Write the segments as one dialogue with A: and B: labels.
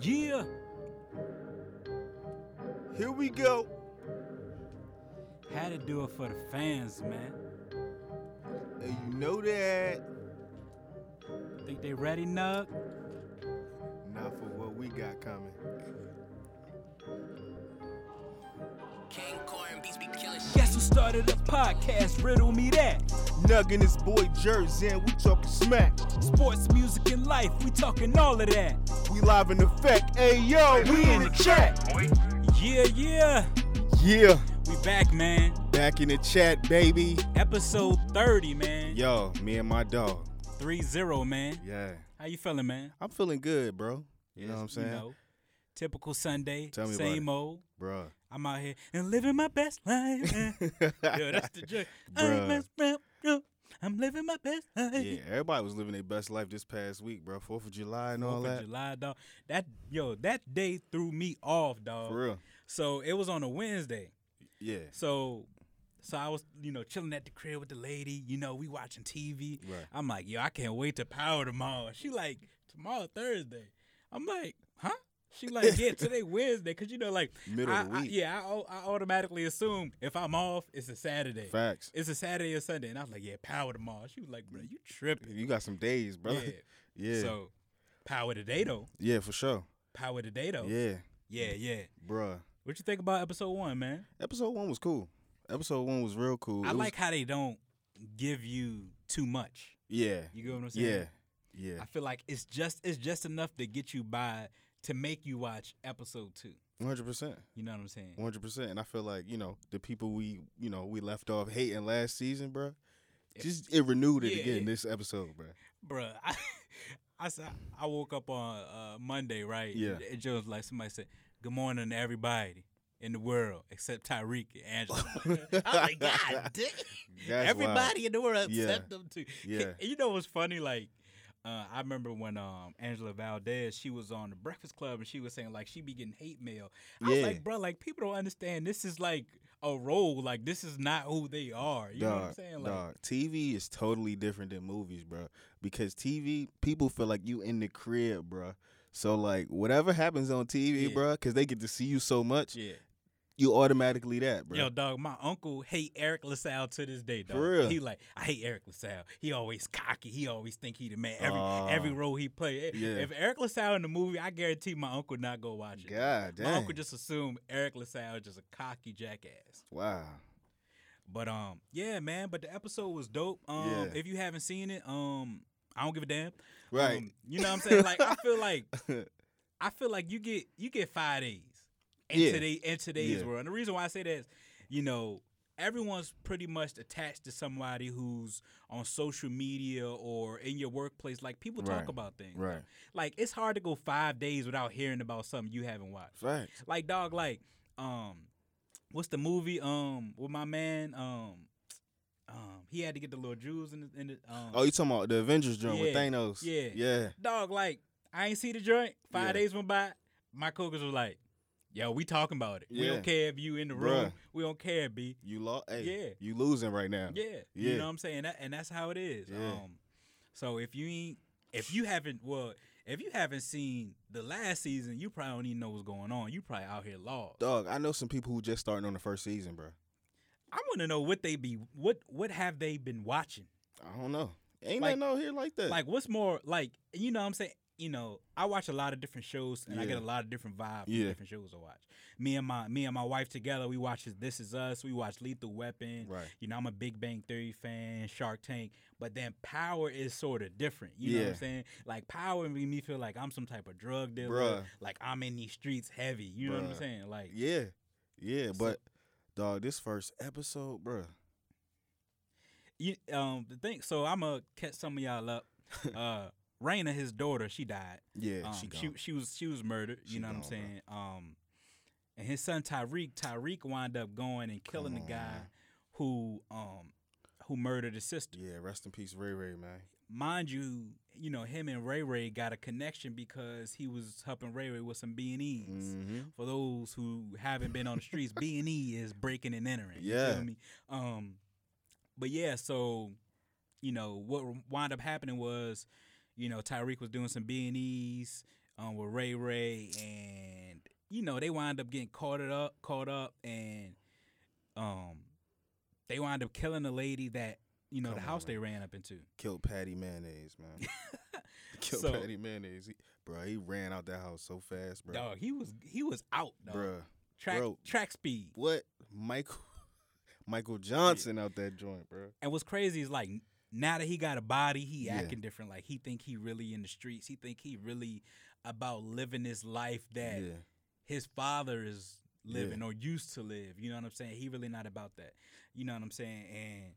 A: Yeah.
B: Here we go.
A: Had to do it for the fans, man.
B: And you know that.
A: Think they ready, Nug?
B: Not for what we got coming.
C: King Corn beats be killing shit.
A: Guess who started a podcast? Riddle me that.
B: Nug and his boy Jersey, and we talking smack.
A: Sports, music, and life. We talking all of that.
B: We live in effect. Hey yo, we in the chat.
A: Yeah, yeah.
B: Yeah,
A: We back, man.
B: back in the chat, baby.
A: Episode 30, man.
B: Yo, me and my dog.
A: 3-0, man.
B: Yeah,
A: How you feeling, man?
B: I'm feeling good, bro. You know what I'm
A: You
B: saying,
A: know, typical Sunday.
B: Tell me about
A: same
B: it.
A: old.
B: Bruh.
A: I'm out here and living my best life. yeah, Yeah, that's the joke.
B: Bruh.
A: I'm, best, bro, bro. I'm living my best life.
B: yeah, everybody was living their best life this past week, bro. Fourth of July and all
A: Fourth of
B: that.
A: July, dog. That yo, that day threw me off, dog.
B: For real.
A: So it was on a Wednesday.
B: Yeah.
A: So so I was, you know, chilling at the crib with the lady, you know, we watching TV.
B: Right.
A: I'm like, yo, I can't wait to power tomorrow. She like, tomorrow Thursday. I'm like, huh? She like, yeah, today Wednesday, cause you know, like,
B: Middle
A: I,
B: of the
A: I-
B: week.
A: yeah, I, au- I automatically assume if I'm off, it's a Saturday.
B: Facts.
A: It's a Saturday or Sunday, and I was like, yeah, power tomorrow. She was like, bro, you tripping?
B: You got some days, bro.
A: Yeah.
B: Yeah. Yeah,
A: So, power today though.
B: for sure.
A: Power today though.
B: Yeah,
A: yeah, yeah.
B: bruh.
A: What you think about episode one, man?
B: Episode one was cool. Episode one was real cool.
A: I
B: It was-
A: like how they don't give you too much.
B: Yeah.
A: You get what I'm saying?
B: Yeah. Yeah.
A: I feel like it's just it's just enough to get you by to make you watch episode two.
B: One hundred percent.
A: You know what I'm saying?
B: One hundred percent. And I feel like you know the people we you know we left off hating last season, bruh. Just it renewed it
A: Yeah,
B: again
A: yeah.
B: this episode, bruh.
A: Bruh, I, I saw- I woke up on uh, Monday, right?
B: Yeah.
A: And Joe was like somebody said, "Good morning, to everybody." In the world, except Tyreek and Angela. I was like, God dang.
B: That's
A: Everybody
B: wild.
A: in the world
B: Yeah.
A: except them two.
B: Yeah.
A: You know what's funny? Like, uh, I remember when um, Angela Valdez, she was on the Breakfast Club and she was saying like she be getting hate mail. I was
B: Yeah.
A: like, bro, like people don't understand. This is like a role. Like this is not who they are. You know what I'm
B: Dog,
A: saying? Like,
B: dog. TV is totally different than movies, bro. Because TV, people feel like you in the crib, bruh. So like whatever happens on
A: Yeah.
B: TV, bruh, 'cause because they get to see you so much,
A: yeah.
B: you automatically that, bruh.
A: Yo, dog, my uncle hate Eric LaSalle to this day, dog.
B: For real?
A: He like, I hate Eric LaSalle. He always cocky. He always think he the man. Every
B: Aw.
A: every role he play.
B: Yeah.
A: If Eric LaSalle in the movie, I guarantee my uncle not go watch it.
B: God damn.
A: My uncle just assumed Eric LaSalle is just a cocky jackass.
B: wow.
A: But um, yeah, man. But the episode was dope. Um,
B: Yeah.
A: if you haven't seen it, um, I don't give a damn.
B: Right.
A: Um, you know what I'm saying? Like I feel like I feel like you get you get five days in
B: Yeah.
A: today in today's
B: Yeah.
A: world. And the reason why I say that is, you know, everyone's pretty much attached to somebody who's on social media or in your workplace. Like people talk
B: Right.
A: about things.
B: right.
A: Like it's hard to go five days without hearing about something you haven't watched.
B: Facts.
A: Like dog, like um, what's the movie um with my man um um he had to get the little jewels in the, in the um
B: Oh, you talking about the Avengers joint
A: Yeah,
B: with Thanos?
A: yeah.
B: Yeah.
A: dog like I ain't see the joint. Five
B: Yeah.
A: days went by. My cookers was like, yo, we talking about it. We
B: Yeah.
A: don't care if you in the
B: Bruh.
A: room. We don't care, b.
B: You lost. Hey,
A: Yeah.
B: You losing right now.
A: Yeah.
B: Yeah.
A: You know what I'm saying? That, and that's how it is.
B: Yeah.
A: Um so if you ain't if you haven't well if you haven't seen the last season, you probably don't even know what's going on. You probably out here lost.
B: Dog, I know some people who just starting on the first season, bro.
A: I want to know what they be what what have they been watching?
B: I don't know. Ain't
A: Like-
B: nothing out here like that.
A: Like what's more like you know what I'm saying you know I watch a lot of different shows and I get a
B: Yeah.
A: lot of different vibes from
B: Yeah.
A: different shows I watch. Me and my me and my wife together we watch This Is Us, we watch Lethal Weapon.
B: right.
A: You know I'm a Big Bang Theory fan, Shark Tank, but then Power is sort of different. You know what
B: Yeah.
A: I'm saying? Like Power made me feel like I'm some type of drug dealer.
B: Bruh.
A: Like I'm in these streets heavy. You know what I'm
B: Bruh.
A: saying? Like
B: Yeah. Yeah.
A: So-
B: But dog, this first episode, bruh.
A: you, um the thing. So I'm gonna catch some of y'all up. Uh, Raina, his daughter, she died.
B: Yeah,
A: Um,
B: she
A: she,
B: gone.
A: she was she was murdered.
B: She
A: you know what I'm
B: gone, bro.
A: saying? Um, and his son Tyreek Tyreek wound up going and killing
B: on,
A: the guy
B: man.
A: who um who murdered his sister.
B: yeah, rest in peace, Ray Ray, man.
A: Mind you, you know him and Ray Ray got a connection because he was helping Ray Ray with some B and E's.
B: Mm-hmm.
A: For those who haven't been on the streets, B and E is breaking and entering. you
B: Yeah.
A: feel me? Um, but yeah, so you know what wound up happening was, you know, Tyreek was doing some B and E's. um, with Ray Ray, and you know they wind up getting caught it up, caught up, and um, they wind up killing the lady that you know
B: Come
A: the
B: on,
A: house
B: Ray.
A: they ran up into.
B: Killed Patty Mayonnaise, man. Killed
A: So-
B: Patty Mayonnaise, he, bro. He ran out that house so fast, bro.
A: Dog, he was he was out, dog.
B: Bruh.
A: track
B: bro.
A: track speed.
B: What Michael Michael Johnson out that joint, bro?
A: And what's crazy is like now that he got a body, he
B: Yeah.
A: acting different. Like he think he really in the streets. He think he really about living his life that his father is
B: Yeah.
A: living or used to live. You know what I'm saying? He really not about that. You know what I'm saying? And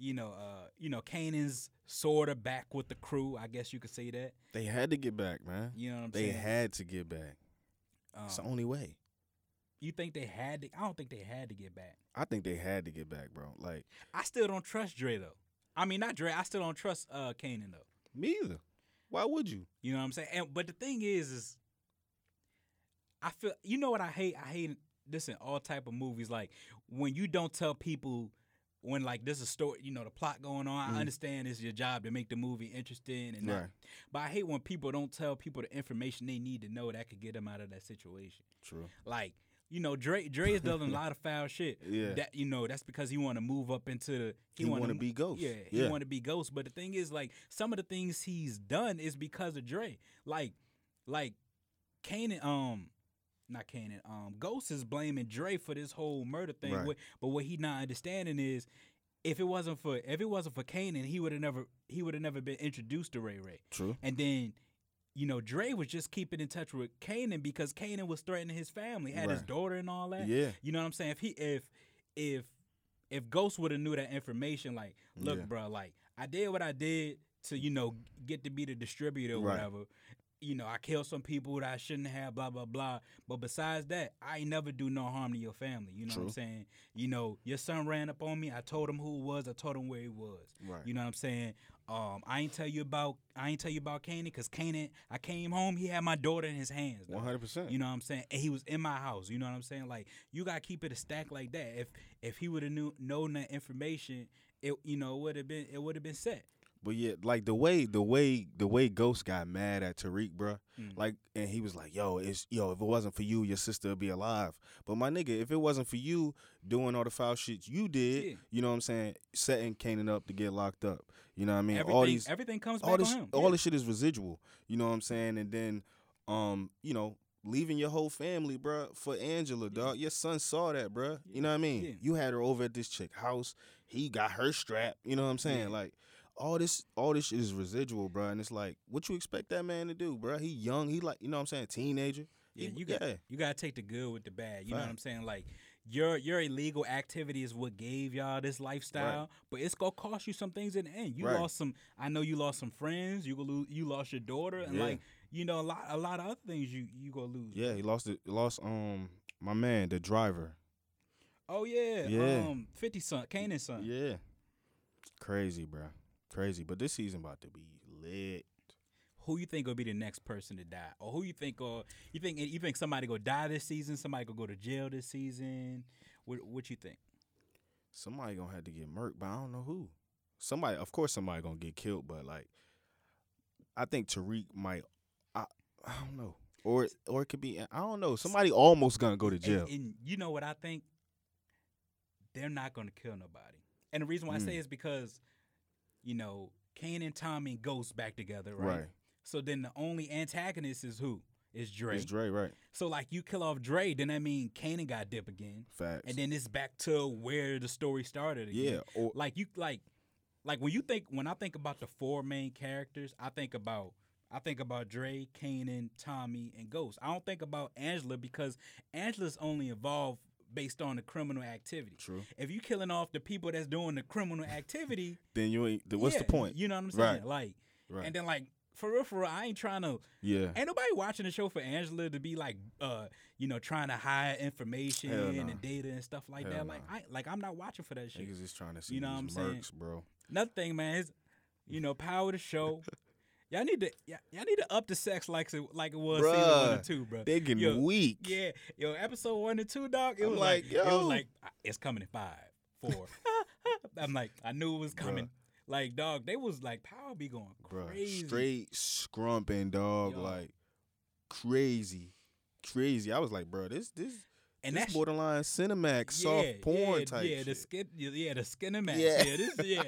A: you know, uh, you know, Kanan's sorta back with the crew. I guess you could say that.
B: They had to get back, man.
A: You know what I'm
B: They
A: saying?
B: had to get back.
A: um,
B: It's the only way.
A: you think they had to? I don't think they had to get back.
B: I think they had to get back, bro. Like
A: I still don't trust Dre though. I mean, not Dre. I still don't trust uh Kanan though.
B: me either. Why would you?
A: You know what I'm saying? And but the thing is, is I feel you know what I hate. I hate this in all type of movies. Like when you don't tell people when like there's a story, you know, the plot going on.
B: Mhm.
A: I understand it's your job to make the movie interesting and not-
B: Right.
A: but I hate when people don't tell people the information they need to know that could get them out of that situation.
B: True.
A: Like. You know, Dre Dre's done a lot of foul shit.
B: Yeah.
A: That you know, that's because he want to move up into the
B: He,
A: wanna
B: want to
A: mo-
B: be ghost.
A: yeah, he want to be Ghost. But the thing is, like, some of the things he's done is because of Dre. Like, like, Kanan, um, not Kanan, um, Ghost is blaming Dre for this whole murder thing.
B: Right.
A: What- But what he not understanding is, if it wasn't for if it wasn't for Kanan, he would have never he would have never been introduced to Ray Ray.
B: True.
A: And then, you know, Dre was just keeping in touch with Kanan because Kanan was threatening his family, had his
B: Right.
A: daughter and all that.
B: Yeah.
A: You know what I'm saying? If he if if if Ghost would have knew that information, like, look,
B: Yeah.
A: bro, like I did what I did to you know get to be the distributor or
B: Right.
A: whatever. You know, I killed some people that I shouldn't have, blah blah blah. But besides that, I ain't never do no harm to your family. You know what I'm
B: True.
A: saying? You know, your son ran up on me. I told him who it was. I told him where he was.
B: Right.
A: You know what I'm saying? Um, I ain't tell you about I ain't tell you about Kanan because Kanan, I came home, he had my daughter in his hands. dog.
B: One hundred percent.
A: You know what I'm saying? And he was in my house. You know what I'm saying? Like you gotta keep it a stack like that. If if he would have knew known that information, it you know would have been it would have been set.
B: But yeah, like the way the way the way Ghost got mad at Tariq, bruh.
A: Mm.
B: Like, and he was like, "Yo, it's yo. If it wasn't for you, your sister would be alive." But my nigga, if it wasn't for you doing all the foul shit you did,
A: Yeah.
B: you know what I'm saying? Setting Kanan up to get locked up. You know what I mean?
A: everything
B: all these,
A: everything comes
B: all
A: back
B: this,
A: on him.
B: all
A: Yeah.
B: this shit is residual. You know what I'm saying? And then, um, you know, leaving your whole family, bruh, for Angela,
A: Yeah.
B: dog. Your son saw that, bruh. You know what I mean?
A: Yeah.
B: You had her over at this chick house. He got her strap. You know what I'm saying?
A: Yeah.
B: Like. All this, all this shit is residual, bruh. and it's like, what you expect that man to do, bruh? He young, he like, you know what I'm saying, teenager.
A: Yeah,
B: He-
A: you got
B: yeah.
A: you gotta take the good with the bad. You know what
B: Fact.
A: I'm saying? Like your your illegal activity is what gave y'all this lifestyle, but it's gonna cost you some things in the end. You
B: Right.
A: lost some. I know you lost some friends. You gonna lose. You lost your daughter, and
B: Yeah.
A: like you know a lot a lot of other things you you gonna lose.
B: Yeah, he lost it. Lost um my man, the driver.
A: Oh yeah.
B: Yeah.
A: Um, Fifty son, Kanan's son.
B: Yeah, crazy, bruh. crazy. But this season about to be lit.
A: Who you think will be the next person to die, or who you think or you think you think somebody gonna die this season? Somebody gonna go to jail this season? What what you think?
B: Somebody gonna have to get murked, but I don't know who. Somebody, of course, somebody gonna get killed. But like, I think Tariq might. I I don't know. Or or it could be I don't know. Somebody almost gonna go to jail.
A: And, and you know what I think? They're not gonna kill nobody, and the reason why I
B: Mm.
A: say is because, you know, Kane and Tommy and Ghost back together, right?
B: Right.
A: So then the only antagonist is who? Is Dre.
B: It's Dre, right?
A: So like you kill off Dre, then that mean Kanan got dip again.
B: Facts.
A: And then it's back to where the story started again.
B: yeah. Or
A: like you like like when you think when I think about the four main characters, I think about I think about Dre, Kanan, Tommy, and Ghost. I don't think about Angela because Angela's only involved based on the criminal activity.
B: True.
A: If you killing off the people that's doing the criminal activity,
B: then you ain't. Then what's the
A: yeah,
B: point?
A: You know what I'm
B: Right.
A: saying? Like
B: Right.
A: and then like for real, for real, I ain't trying to.
B: yeah.
A: Ain't nobody watching the show for Angela to be like, uh, you know, trying to hide information
B: Hell nah.
A: and data and stuff like
B: Hell
A: that.
B: nah.
A: Like, I like I'm not watching for that shit.
B: Niggas is trying to see
A: know what
B: these
A: I'm saying?
B: murks, bro.
A: Another thing, man, is you know, power to show. Y'all need to y'all, y'all need to up the sex like it, like it was season one and
B: Bruh,
A: two, bro.
B: They getting
A: yo,
B: weak.
A: Yeah, yo, episode one and two, dog. It
B: I'm
A: was like,
B: like,
A: it was
B: yo.
A: like "Ah, it's coming in five, four. I'm like, I knew it was coming. Like, dog, they was like, power be going
B: Bruh,
A: crazy.
B: straight scrumping, dog.
A: Yo.
B: Like, crazy, crazy. I was like, bro, this this
A: and
B: this
A: that's
B: borderline Cinemax
A: yeah,
B: soft porn
A: yeah,
B: type.
A: Yeah, the
B: shit.
A: skin, yeah, the skinemax.
B: Yeah.
A: Yeah, this, yeah.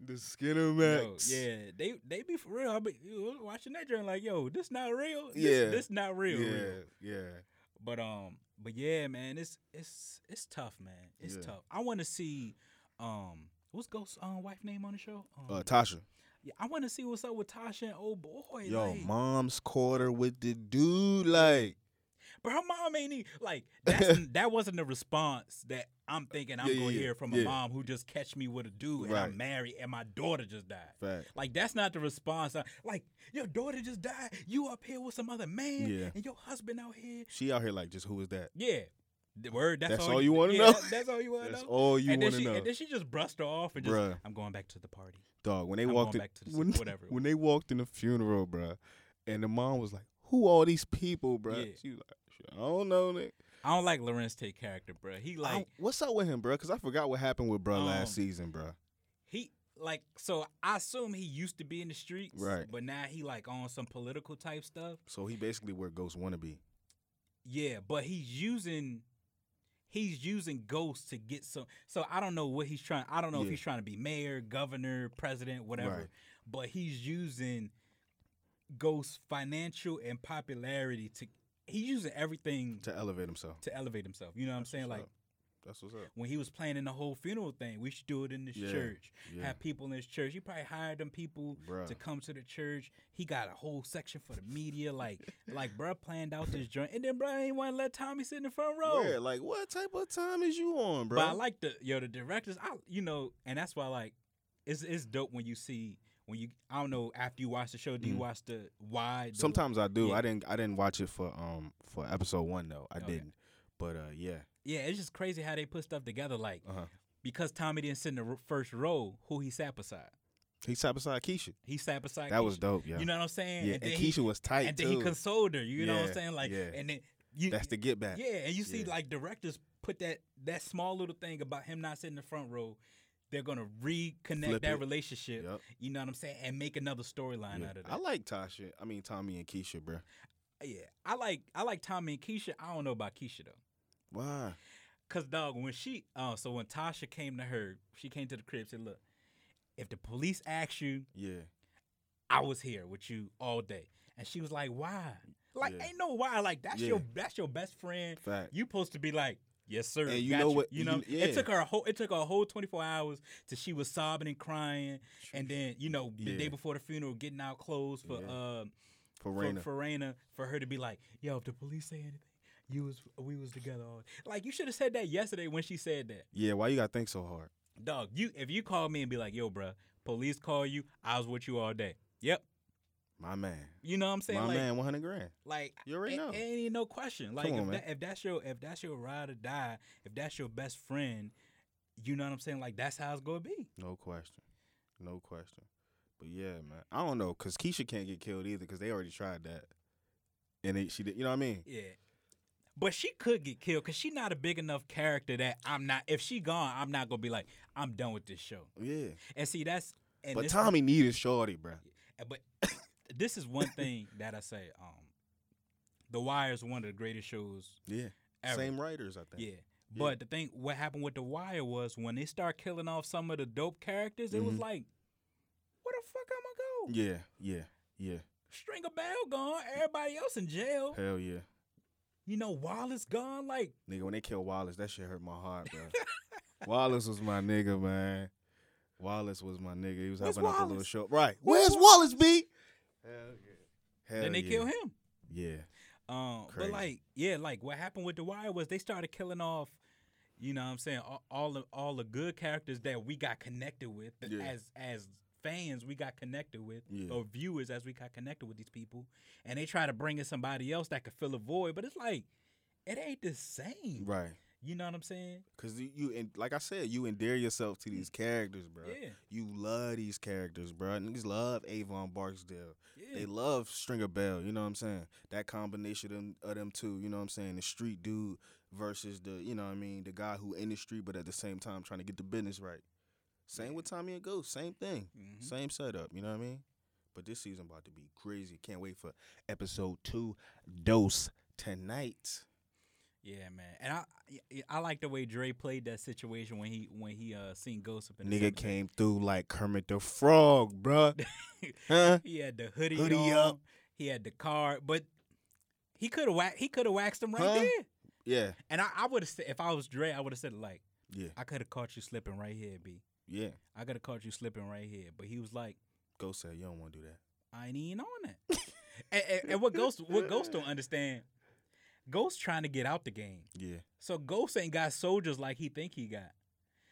B: the
A: Yo,
B: Skinemax.
A: yeah, they they be for real. I be you know, watching that joint like, yo, this not real. This,
B: Yeah.
A: this not real.
B: yeah,
A: real.
B: yeah.
A: But um, but yeah, man, it's it's it's tough, man. It's
B: Yeah.
A: tough. I want to see um, what's Ghost's um, wife name on the show? Um,
B: Uh, Tasha,
A: yeah, I want to see what's up with Tasha and old boy.
B: yo,
A: like,
B: mom's quarter with the dude, like,
A: but her mom ain't even like that's, that. Wasn't the response that I'm thinking I'm
B: Yeah, yeah,
A: gonna
B: yeah,
A: hear from
B: yeah.
A: a mom who just catch me with a dude and
B: Right.
A: I'm married and my daughter just died.
B: fact.
A: Like that's not the response. I- Like your daughter just died. You up here with some other man,
B: Yeah.
A: and your husband out here.
B: She out here like, just who is that?
A: Yeah, the word. That's,
B: That's
A: all,
B: all you wanna know?
A: that- That's all you want to know.
B: That's all you
A: and then
B: want
A: she
B: to know,
A: and then she just brushed her off and just
B: Bruh.
A: I'm going back to the party.
B: dog. When they
A: I'm
B: walked
A: going
B: in,
A: back to the-
B: when,
A: whatever it
B: when they walked in the funeral, bruh, and the mom was like, "Who all these people, bruh?
A: Yeah.
B: She was like, "I don't know." Nick.
A: I don't like Lorenz Tate character, bruh. He
B: I
A: like
B: don't- what's up with him, bruh? Because I forgot what happened with bruh last
A: Um,
B: season, bruh.
A: he like so I assume he used to be in the streets,
B: Right.
A: But now he like on some political type stuff.
B: So he basically where Ghost wanna be.
A: Yeah, but he's using he's using ghosts to get some. So I don't know what he's trying. I don't know
B: Yeah.
A: if he's trying to be mayor, governor, president, whatever.
B: Right.
A: But he's using ghosts' financial and popularity to. He's using everything to,
B: to elevate himself.
A: elevate himself. You know what I'm saying?
B: what's
A: Like
B: up. That's what's up.
A: when he was planning the whole funeral thing, we should do it in this
B: Yeah,
A: church.
B: yeah.
A: Have people in this church. He probably hired them people to
B: Bruh.
A: come to the church. He got a whole section for the media. Like, like bruh planned out this joint, and then bruh ain't want to let Tommy sit in the front row.
B: Where? Like what type of time is you on, bro?
A: But I like the yo the directors. I you know, and that's why like it's it's dope when you see when you I don't know after you watch the show. Do you
B: Mhm.
A: watch the why? The,
B: Sometimes I do.
A: Yeah. Oh,
B: I didn't I didn't watch it for um for episode one though. I
A: Okay.
B: didn't. But uh yeah.
A: yeah, it's just crazy how they put stuff together. Like
B: Uh-huh.
A: because Tommy didn't sit in the r- first row, who he sat beside?
B: He sat beside Keisha.
A: He sat beside.
B: That was
A: Keisha.
B: dope, yeah.
A: You know what I'm saying?
B: yeah, and,
A: then
B: Keisha
A: he,
B: was tight.
A: and then
B: too.
A: he consoled her. You know what
B: Yeah,
A: I'm saying? Like
B: yeah.
A: and then you
B: That's the get back.
A: yeah, and you see
B: Yeah.
A: like directors put that that small little thing about him not sitting in the front row. They're gonna reconnect
B: Flip
A: that
B: it.
A: relationship.
B: Yup.
A: You know what I'm saying? And make another storyline
B: Yeah.
A: out of that.
B: I like Tasha. I mean Tommy and Keisha, bro.
A: yeah, I like I like Tommy and Keisha. I don't know about Keisha though,
B: Why?
A: cause dog when she uh so when Tasha came to her, she came to the crib said, "Look, if the police ask you,
B: Yeah.
A: I was here with you all day," and she was like, "Why? Like
B: Yeah.
A: ain't no why. Like that's your
B: Yeah.
A: that's your best friend.
B: Fact.
A: You supposed to be like." Yes, sir.
B: And you
A: got
B: know what-
A: You know,
B: you- yeah.
A: it took her a whole. It took her a whole twenty four hours till she was sobbing and crying, and then you know the day
B: Yeah.
A: before the funeral, getting out clothes for
B: Yeah.
A: uh, for-
B: for Raina.
A: for Raina for her to be like, "Yo, if the police say anything, you was we was together all like you should have said that yesterday when she said that,
B: yeah, why you gotta think so hard?
A: dog. You if you call me and be like, "Yo, bruh, police call you, I was with you all day." Yep,
B: My man.
A: you know what I'm saying?
B: My
A: like,
B: man, one hundred grand.
A: like
B: You already
A: it,
B: know.
A: it ain't even no question. Like
B: on,
A: if,
B: man.
A: that, if that's your if that's your ride or die, if that's your best friend, you know what I'm saying? Like that's how it's gonna be.
B: No question. No question. But yeah, man. I don't know cuz Keisha can't get killed either cuz they already tried that. And it, she did, you know what I mean?
A: Yeah. But she could get killed because she not a big enough character that I'm not. If she gone, I'm not gonna be like I'm done with this show.
B: Yeah.
A: And see, that's and
B: but
A: this- eh,
B: Tommy needed Shorty, bro.
A: but this is one thing that I say. Um, The Wire is one of the greatest shows
B: Yeah.
A: ever.
B: Same writers, I think.
A: yeah. But the thing, what happened with The Wire was when they start killing off some of the dope characters, it was
B: Mhm.
A: like, where the fuck I'm gonna go?
B: Yeah, yeah, yeah.
A: Stringer Bell gone, everybody else in jail.
B: Hell yeah.
A: You know, Wallace gone. Like,
B: Nigga, when they killed Wallace, that shit hurt my heart, bro. Wallace was my nigga, man. Wallace was my nigga. He was
A: Where's
B: helping out the little
A: Wallace?
B: show. Right.
A: Where's
B: Where's Wallace, B? Hell yeah. Hell
A: then they
B: yeah.
A: kill him.
B: Yeah.
A: Um, but
B: Crazy.
A: like, yeah, like what happened with the wire was they started killing off, you know, what I'm saying all, all the all the good characters that we got connected with that
B: Yeah.
A: as as fans we got connected with
B: Yeah.
A: or viewers as we got connected with these people, and they try to bring in somebody else that could fill a void, but it's like it ain't the same.
B: Right.
A: You know what I'm saying?
B: Cause you, you and like I said, you endear yourself to these characters, bro.
A: Mm. Yeah,
B: You love these characters, bro. Niggas love Avon Barksdale.
A: yeah,
B: They love Stringer Bell, you know what I'm saying? That combination of them, of them two, you know what I'm saying? The street dude versus the, you know what I mean, the guy who in the street but at the same time trying to get the business right. Same with Tommy and Ghost, same thing.
A: Mhm.
B: Same setup, you know what I mean? But this season about to be crazy. Can't wait for episode two, dose tonight.
A: Yeah, man. And I I- I like the way Dre played that situation when he when he uh seen Ghost up in the
B: Nigga
A: cemetery.
B: came through like Kermit the Frog, bruh. huh?
A: He had the hoodie,
B: Hoodie
A: on.
B: up.
A: He had the card, but he could have whacked. He could have waxed him right
B: Huh?
A: there.
B: Yeah,
A: And I, I would have said, if I was Dre, I would have said like,
B: yeah,
A: I could have caught you slipping right here, B.
B: yeah.
A: I could have caught you slipping right here. But he was like,
B: Ghost said you don't want to do that.
A: I ain't even on that. and, and, and what Ghost, what Ghost don't understand, Ghost trying to get out the game.
B: Yeah,
A: So Ghost ain't got soldiers like he think he got.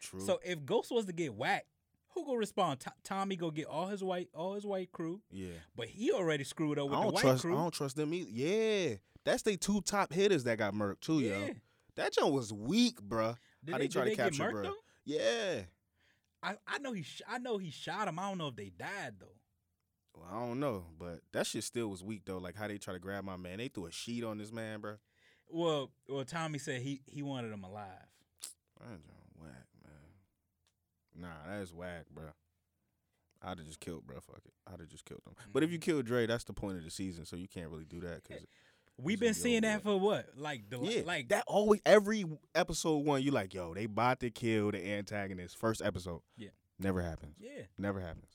B: true.
A: So if Ghost was to get whacked, who gonna respond? To- Tommy go get all his white, all his white crew.
B: yeah,
A: But he already screwed up
B: I
A: with the
B: don't
A: white
B: trust.
A: crew.
B: I don't trust them either. Yeah, that's they two top hitters that got murked too,
A: yeah.
B: yo. That joint was weak, bruh.
A: Did
B: How
A: they,
B: they try
A: did
B: to
A: they
B: capture,
A: get
B: bruh?
A: murked, though?
B: Yeah.
A: I, I know he sh- I know he shot him. I don't know if they died though.
B: Well, I don't know, but that shit still was weak though. Like how they try to grab my man, they threw a sheet on this man, bruh.
A: Well, well, Tommy said he he wanted him alive.
B: That joint whack, man. Nah, that is whack, bruh. I'd have just killed, bruh. Fuck it, I'd have just killed him. But if you
A: Mm-hmm.
B: kill Dre, that's the point of the season, so you can't really do that because
A: We've
B: He's gonna
A: been
B: be
A: seeing
B: over
A: that
B: with.
A: for what? Like the
B: yeah,
A: Eh, like
B: that always every episode one, you like, yo, they about to kill the antagonist. First episode,
A: Yeah.
B: never happens,
A: Yeah,
B: never happens.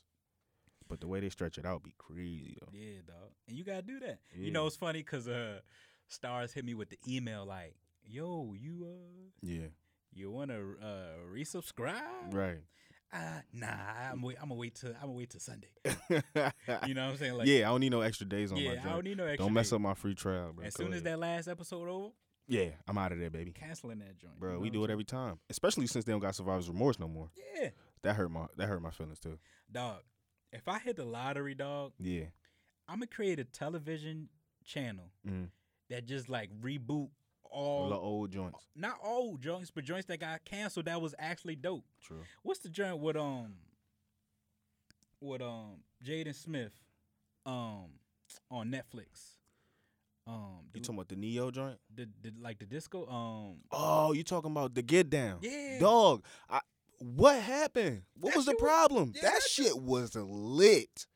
B: But the way they stretch it out be crazy though.
A: yeah, dog. And you gotta do that. You
B: Yeah.
A: know it's funny because uh, stars hit me with the email like, "Yo, you uh,
B: Yeah,
A: you wanna uh resubscribe?"
B: right.
A: Uh, nah, I'm wait. I'm gonna wait till I'm gonna wait till Sunday. You know what I'm saying? Like,
B: yeah, I don't need no extra days on my
A: yeah.
B: job.
A: I don't need no extra.
B: Don't mess
A: day.
B: up my free trial, bro.
A: As
B: Go
A: soon as
B: ahead.
A: that last episode over,
B: Yeah, I'm out of there, baby.
A: canceling that joint.
B: Bro,
A: You
B: we
A: know
B: do
A: what
B: it every time. Especially since they don't got survivor's remorse no more.
A: I'm saying? Yeah,
B: That hurt my that hurt my feelings too.
A: dog. If I hit the lottery, dog,
B: Yeah.
A: I'm gonna create a television channel
B: Mm.
A: that just like reboot all
B: The old joints.
A: not old joints, but joints that got canceled that was actually dope.
B: True.
A: What's the joint with um with um Jaden Smith um on Netflix? Um the,
B: You talking about the Neo joint?
A: the, the- like the disco um
B: Oh, you talking about the get down.
A: Yeah.
B: Oh. Dog. I, what happened? What
A: That
B: was the
A: shit was-
B: problem?
A: yeah,
B: that,
A: that
B: shit was lit.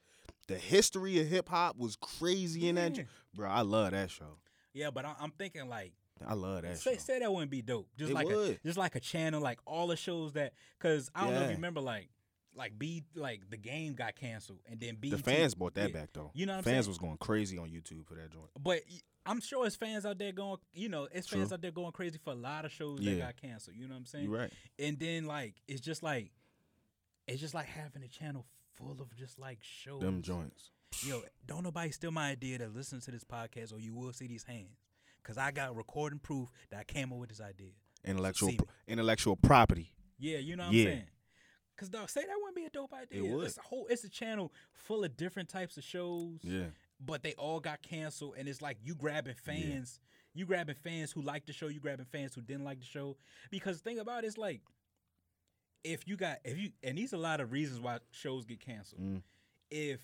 B: The history of hip hop was crazy in that
A: Yeah.
B: that Bro, I love that show.
A: yeah, but I, I'm thinking like
B: I love that
A: say
B: show.
A: say that wouldn't be dope. Just
B: It
A: like a
B: would.
A: just like a channel like all the shows that cuz I don't know if you
B: Yeah.
A: remember like like B like the game got canceled and then B
B: the fans bought that
A: yeah.
B: back though.
A: You know what I'm
B: fans
A: saying?
B: was going crazy on YouTube for that joint.
A: But y- I'm sure it's fans out there going, you know, it's fans
B: True.
A: out there going crazy for a lot of shows that
B: Yeah.
A: got canceled. You know what I'm saying?
B: You right.
A: And then like it's just like it's just like having a channel full of just like shows.
B: Them joints.
A: Yo, don't nobody steal my idea to listen to this podcast or you will see these hands. Cause I got recording proof that I came up with this idea.
B: Intellectual
A: See
B: pro- intellectual property.
A: Yeah, you know what
B: Yeah.
A: I'm saying? Cause dog, say that wouldn't be a dope idea.
B: would.
A: It's a whole it's a channel full of different types of shows.
B: Yeah.
A: but they all got canceled and it's like you grabbing fans you grabbing fans who liked the show you grabbing fans who didn't like the show because the thing about it is like if you got if you and these a lot of reasons why shows get canceled
B: Mm.
A: if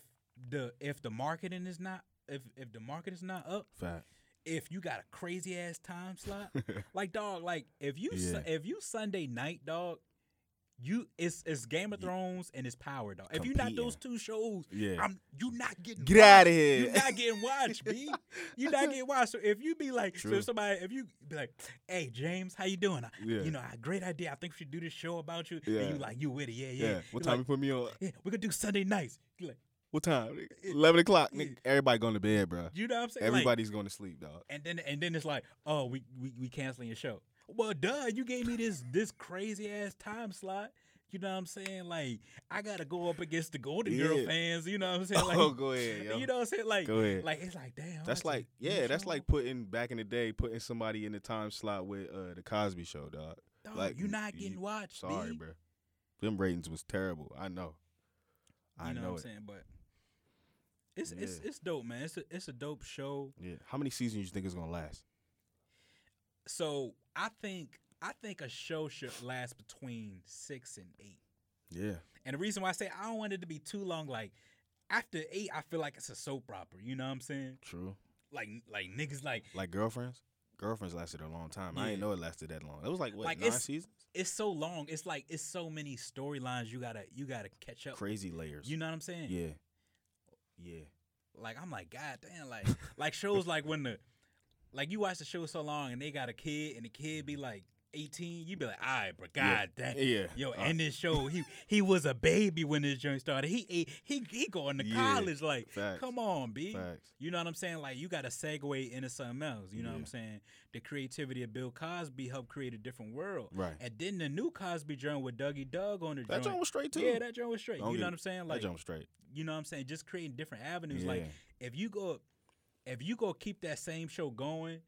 A: the if the marketing is not if if the market is not up
B: Fact.
A: if you got a crazy ass time slot like dog like if you su-
B: Yeah.
A: if you sunday night dog you it's it's game of
B: Ye-
A: thrones and it's power dog if you not those two shows
B: Yeah.
A: I'm you not getting
B: Get outta
A: watched.
B: here.
A: You not getting watched, B. You not getting watched. So if you be like, so
B: True.
A: if somebody, if you be like, hey James, how you doing? I,
B: Yeah.
A: You know, I great idea. I think we should do this show about you.
B: Yeah.
A: And you like, you with it? Yeah, yeah.
B: yeah. What
A: You
B: time you
A: Like,
B: put me on?
A: yeah, we could do Sunday nights. You like,
B: What time? Eleven o'clock.
A: yeah.
B: nigga. Everybody going to bed, bro.
A: you know what I'm saying? Like,
B: Everybody's going to sleep, dog.
A: and then and then it's like, oh, we we, we canceling your show. Well, duh, you gave me this this crazy ass time slot. You know what I'm saying? Like, I gotta go up against the Golden Girl
B: Yeah.
A: fans. You know what I'm saying? Like,
B: oh, go ahead, yo.
A: you know what I'm saying? Like,
B: go ahead.
A: like it's like damn.
B: that's
A: a
B: like,
A: new
B: yeah, that's
A: show.
B: like putting back in the day, putting somebody in the time slot with uh, the Cosby Show, dog.
A: Dog,
B: like,
A: you're not
B: you-
A: getting watched.
B: Sorry,
A: B.
B: bro. Them ratings was terrible. I know. I
A: you know,
B: know,
A: what I'm
B: it.
A: saying, but it's it's
B: Yeah.
A: it's dope, man. It's a, it's a dope show.
B: Yeah. How many seasons you think it's gonna last?
A: So I think I think a show should last between six and eight.
B: Yeah.
A: And the reason why I say I don't want it to be too long, like after eight, I feel like it's a soap opera. You know what I'm saying?
B: True.
A: Like like niggas like
B: Like girlfriends. Girlfriends lasted a long time. I
A: Yeah.
B: didn't know it lasted that long. It was like what
A: Like,
B: nine
A: it's-
B: seasons?
A: it's so long. It's like it's so many storylines you gotta you gotta catch up.
B: Crazy layers.
A: You know what I'm saying?
B: Yeah. Yeah.
A: Like I'm like, God damn, like like shows like when the like you watch the show so long and they got a kid and the kid be like 18, you be like, all right, but God damn.
B: Yeah.
A: Yo,
B: Uh,
A: and this show, he he was a baby when this joint started. He he he, he going to
B: Yeah.
A: college. Like,
B: Facts.
A: come on, B.
B: facts.
A: You know what I'm saying? Like you got to segue into something else. You know what
B: Yeah.
A: I'm saying? The creativity of Bill Cosby helped create a different world.
B: Right.
A: And then the new Cosby joint with Dougie Doug on the
B: That
A: joint.
B: joint was straight too.
A: yeah, that joint was straight.
B: Don't
A: You
B: get
A: know
B: it.
A: what I'm saying?
B: That
A: Like
B: joint was straight.
A: you know what I'm saying? Just creating different avenues. Like
B: Yeah.
A: if you go if you go keep that same show going,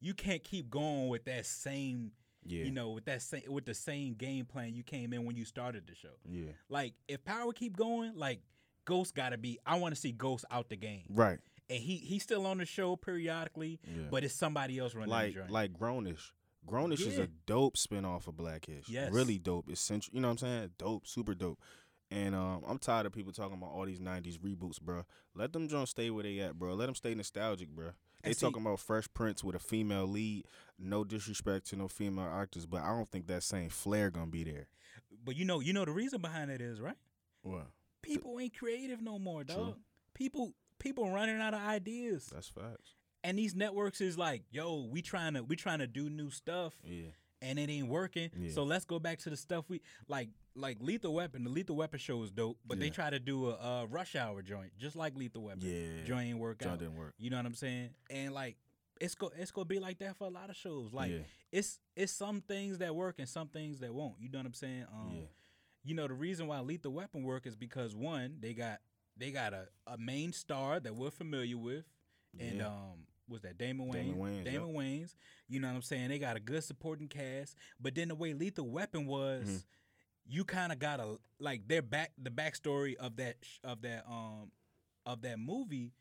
A: you can't keep going with that same
B: Yeah.
A: you know, with that same with the same game plan you came in when you started the show.
B: yeah.
A: Like if power keep going, like Ghost gotta be I wanna see Ghost out the game.
B: Right.
A: And he he's still on the show periodically,
B: Yeah.
A: but it's somebody else running
B: like
A: the joint.
B: like Grownish. Grownish is
A: Yeah.
B: a dope spinoff of Blackish.
A: Yes.
B: Really dope. Essential. You know what I'm saying? Dope. Super dope. And um, I'm tired of people talking about all these '90s reboots, bro. Let them joints stay where they at, bro. Let them stay nostalgic, bro. They
A: And see-
B: talking about Fresh Prince with a female lead. No disrespect to no female actors, but I don't think that same flair gonna be there.
A: but you know, you know the reason behind that is, right?
B: Well,
A: People ain't creative no more,
B: True.
A: dog. People people running out of ideas.
B: that's facts.
A: and these networks is like, yo, we trying to we trying to do new stuff
B: Yeah,
A: and it ain't working.
B: Mm. Yeah.
A: So let's go back to the stuff we like like Lethal Weapon. The Lethal Weapon show is dope, but they
B: Yeah.
A: try to do a, uh rush hour joint, just like Lethal Weapon.
B: Yeah.
A: Joint ain't work
B: John
A: out.
B: didn't work.
A: You know what I'm saying? And like it's go it's gonna be like that for a lot of shows. Like
B: Yeah.
A: it's it's some things that work and some things that won't. You know what I'm saying? Um
B: Yeah.
A: you know the reason why Lethal Weapon work is because one, they got they got a, a main star that we're familiar with. And
B: Yeah.
A: um was that Damon Wayne?
B: Damon Wayans,
A: Damon Wayans. You know what I'm saying? They got a good supporting cast. But then the way Lethal Weapon was
B: Mhm.
A: You kind of gotta like their back the backstory of that sh- of that um of that movie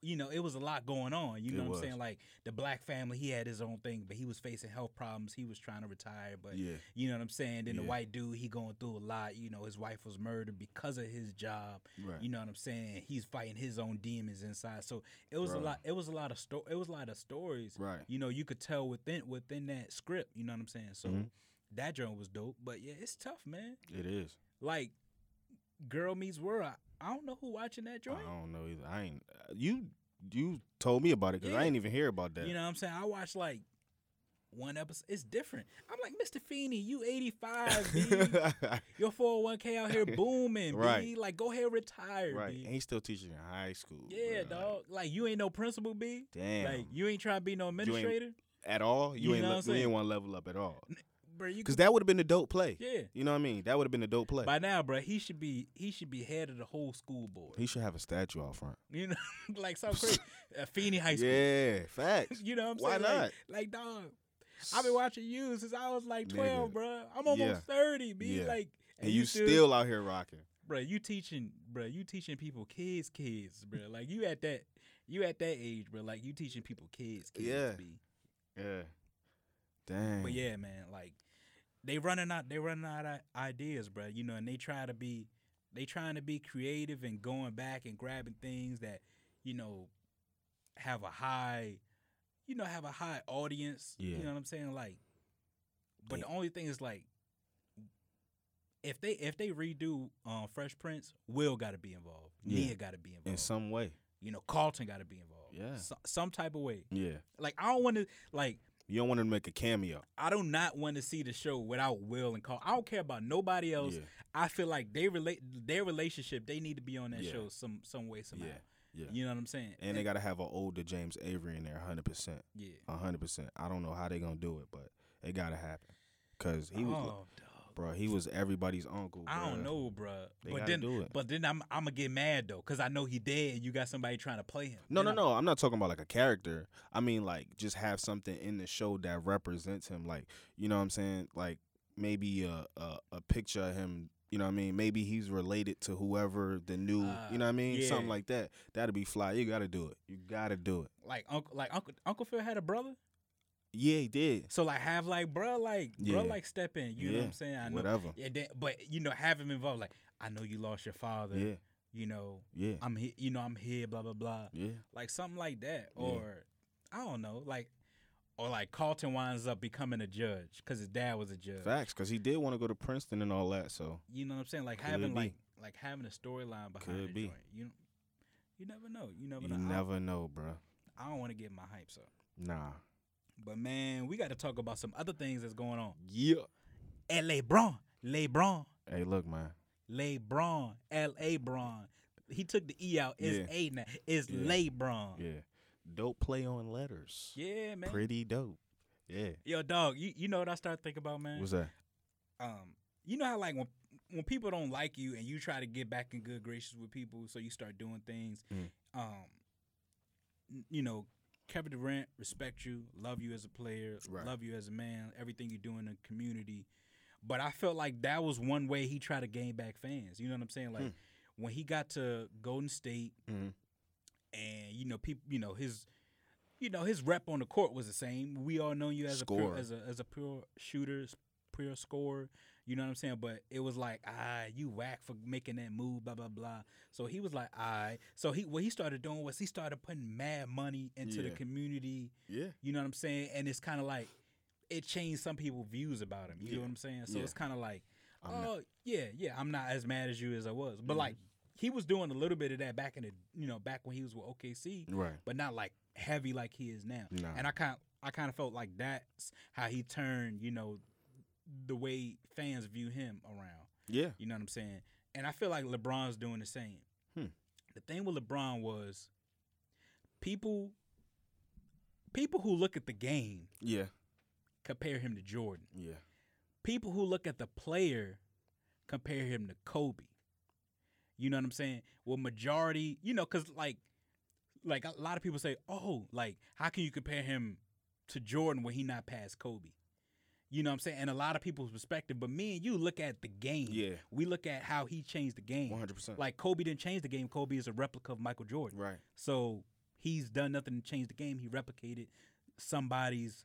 A: you know, it was a lot going on. You
B: It
A: know what
B: was.
A: I'm saying? Like the black family, he had his own thing, but he was facing health problems. He was trying to retire, but
B: yeah,
A: you know what I'm saying? Then the
B: Yeah.
A: white dude, he going through a lot. You know, his wife was murdered because of his job.
B: right.
A: You know what I'm saying? He's fighting his own demons inside. So it was a
B: Bruh.
A: lot. It was a lot of sto- It was a lot of stories.
B: right.
A: You know, you could tell within within that script. You know what I'm saying? So
B: Mhm.
A: that joint was dope. But yeah, it's tough, man.
B: It is.
A: Like, girl meets world. I, I don't know who watching that joint.
B: I don't know either. I ain't you. You told me about it because I
A: Yeah.
B: ain't even hear about that.
A: You know what I'm saying? I watch like one episode. It's different. I'm like, Mr. Feeney, you 85, B. Your 401k out here booming, B.
B: Right.
A: Like, go ahead, retire,
B: right?
A: B.
B: And he's still teaching in high school.
A: yeah,
B: bruh. Like,
A: dog. Like, you ain't no principal, B.
B: damn.
A: Like, you ain't trying to be no administrator,
B: at all? You,
A: You
B: ain't.
A: know
B: Le-
A: what I'm
B: you
A: saying?
B: ain't want to level up at all.
A: bro. You
B: Because
A: could-
B: that would have been a dope play.
A: yeah.
B: You know what I mean? That would have been a dope play.
A: By now, bro, he should be he should be head of the whole school board.
B: he should have a statue out front.
A: you know, like so crazy. Uh, Feeney High School.
B: Yeah, facts.
A: You know what I'm
B: Why
A: saying?
B: not?
A: Like, like, dog, I've been watching you since I was like 12,
B: Nigga.
A: bro. I'm almost 30, B.
B: Yeah.
A: Like,
B: and you still out here rocking.
A: bro, you teaching, bro, you teaching people kids, kids, bro. Like you at that, you at that age, bro. Like you teaching people kids, kids.
B: Yeah.
A: B.
B: Yeah. Dang.
A: But yeah, man, like they running out, they running out of ideas, bro. You know, and they try to be, they trying to be creative and going back and grabbing things that, you know, have a high, you know, have a high audience.
B: Yeah.
A: You know what I'm saying? Like, but
B: Yeah.
A: the only thing is like. If they if they redo um, Fresh Prince, Will got to be involved.
B: Yeah.
A: Nia got to be
B: In
A: involved.
B: some way.
A: you know, Carlton got to be involved.
B: Yeah.
A: So, some type of way.
B: Yeah.
A: Like I don't want to like
B: You don't want him to make a cameo.
A: I do not want to see the show without Will and Carl. I don't care about nobody else.
B: Yeah.
A: I feel like they relate their relationship. They need to be on that
B: Yeah.
A: show some some way somehow.
B: Yeah. Yeah.
A: You know what I'm saying?
B: And they got to have an older James Avery in there, 100%.
A: yeah.
B: A hundred percent. I don't know how they gonna do it, but it gotta happen. Cause he was,
A: oh, dog.
B: bro, he was everybody's uncle.
A: I
B: bruh.
A: don't know, bruh.
B: They
A: but
B: gotta
A: then,
B: do it.
A: but then I'm I'm gonna get mad though, cause I know he dead. and You got somebody trying to play him.
B: No,
A: Then
B: no,
A: I'm-
B: no. I'm not talking about like a character. I mean, like just have something in the show that represents him. Like, you know what I'm saying? Like maybe a a, a picture of him. You know what I mean? Maybe he's related to whoever the new.
A: Ah,
B: you know what I mean?
A: yeah.
B: Something like that. That'd be fly. You gotta do it. You gotta do it.
A: Like uncle, like uncle, Uncle Phil had a brother.
B: Yeah, he did.
A: So like, have like, bruh, like,
B: Yeah.
A: bruh, like, step in. You know what
B: Yeah.
A: I'm saying? I know
B: Whatever.
A: Yeah, that, but you know, have him involved. Like, I know you lost your father.
B: Yeah,
A: You know,
B: yeah,
A: I'm here. You know, I'm here. Blah blah blah.
B: yeah.
A: Like something like that,
B: Yeah.
A: or I don't know, like, or like Carlton winds up becoming a judge because his dad was a judge.
B: Facts, cause he did want to go to Princeton and all that. So
A: You know what I'm saying? Like
B: Could
A: having
B: be.
A: like like having a storyline behind
B: Could
A: the
B: be.
A: joint. You know, You never know. You never
B: You
A: know. I-
B: never know, bruh.
A: I, don't want to get my hypes up.
B: Nah.
A: But man, we got to talk about some other things that's going on.
B: Yeah.
A: At LeBron, LeBron,
B: Hey, look, man.
A: LeBron, L.A. Bron. He took the E out. It's
B: Yeah.
A: A now. It's
B: Yeah.
A: LeBron. Yeah,
B: Yeah. Dope play on letters.
A: man.
B: Pretty dope. Yeah.
A: Yo, dog. You, you know what I start thinking about, man?
B: What's that?
A: um, you know how like when when people don't like you and you try to get back in good graces with people, so you start doing things.
B: Mm.
A: Um, n- you know, Kevin Durant respect you, love you as a player,
B: Right.
A: love you as a man, everything you do in the community. But I felt like that was one way he tried to gain back fans. You know what I'm saying? Like
B: Hmm.
A: when he got to Golden State,
B: Mhm.
A: and you know people, you know his. You know his rep on the court was the same. We all know you as a pure,
B: Scorer.
A: as a as a pure shooter, pure scorer. You know what I'm saying? But it was like, ah, you whack for making that move, blah blah blah. So he was like, I. So he what he started doing was he started putting mad money into the
B: Yeah.
A: community.
B: Yeah.
A: You know what I'm saying? And it's kind of like it changed some people's views about him. You know
B: Yeah.
A: what I'm saying? So
B: Yeah.
A: it's kind of like,
B: I'm
A: oh
B: not-
A: yeah, yeah, I'm not as mad as you as I was. But
B: Mhm.
A: like he was doing a little bit of that back in the you know back when he was with OKC,
B: Right.
A: but not like heavy like he is now.
B: Nah.
A: And I kind I kind of felt like that's how he turned, you know, the way fans view him around.
B: yeah.
A: You know what I'm saying? And I feel like LeBron's doing the same.
B: Hmm.
A: The thing with LeBron was people people who look at the game
B: Yeah.
A: compare him to Jordan.
B: Yeah.
A: People who look at the player compare him to Kobe. You know what I'm saying? Well, majority, you know, cause like like a lot of people say, oh, like how can you compare him to Jordan when he not past Kobe? You know what I'm saying? And a lot of people's perspective, but me and you look at the game.
B: Yeah.
A: We look at how he changed the game.
B: 100%.
A: Like Kobe didn't change the game. Kobe is a replica of Michael Jordan.
B: right.
A: So he's done nothing to change the game. He replicated somebody's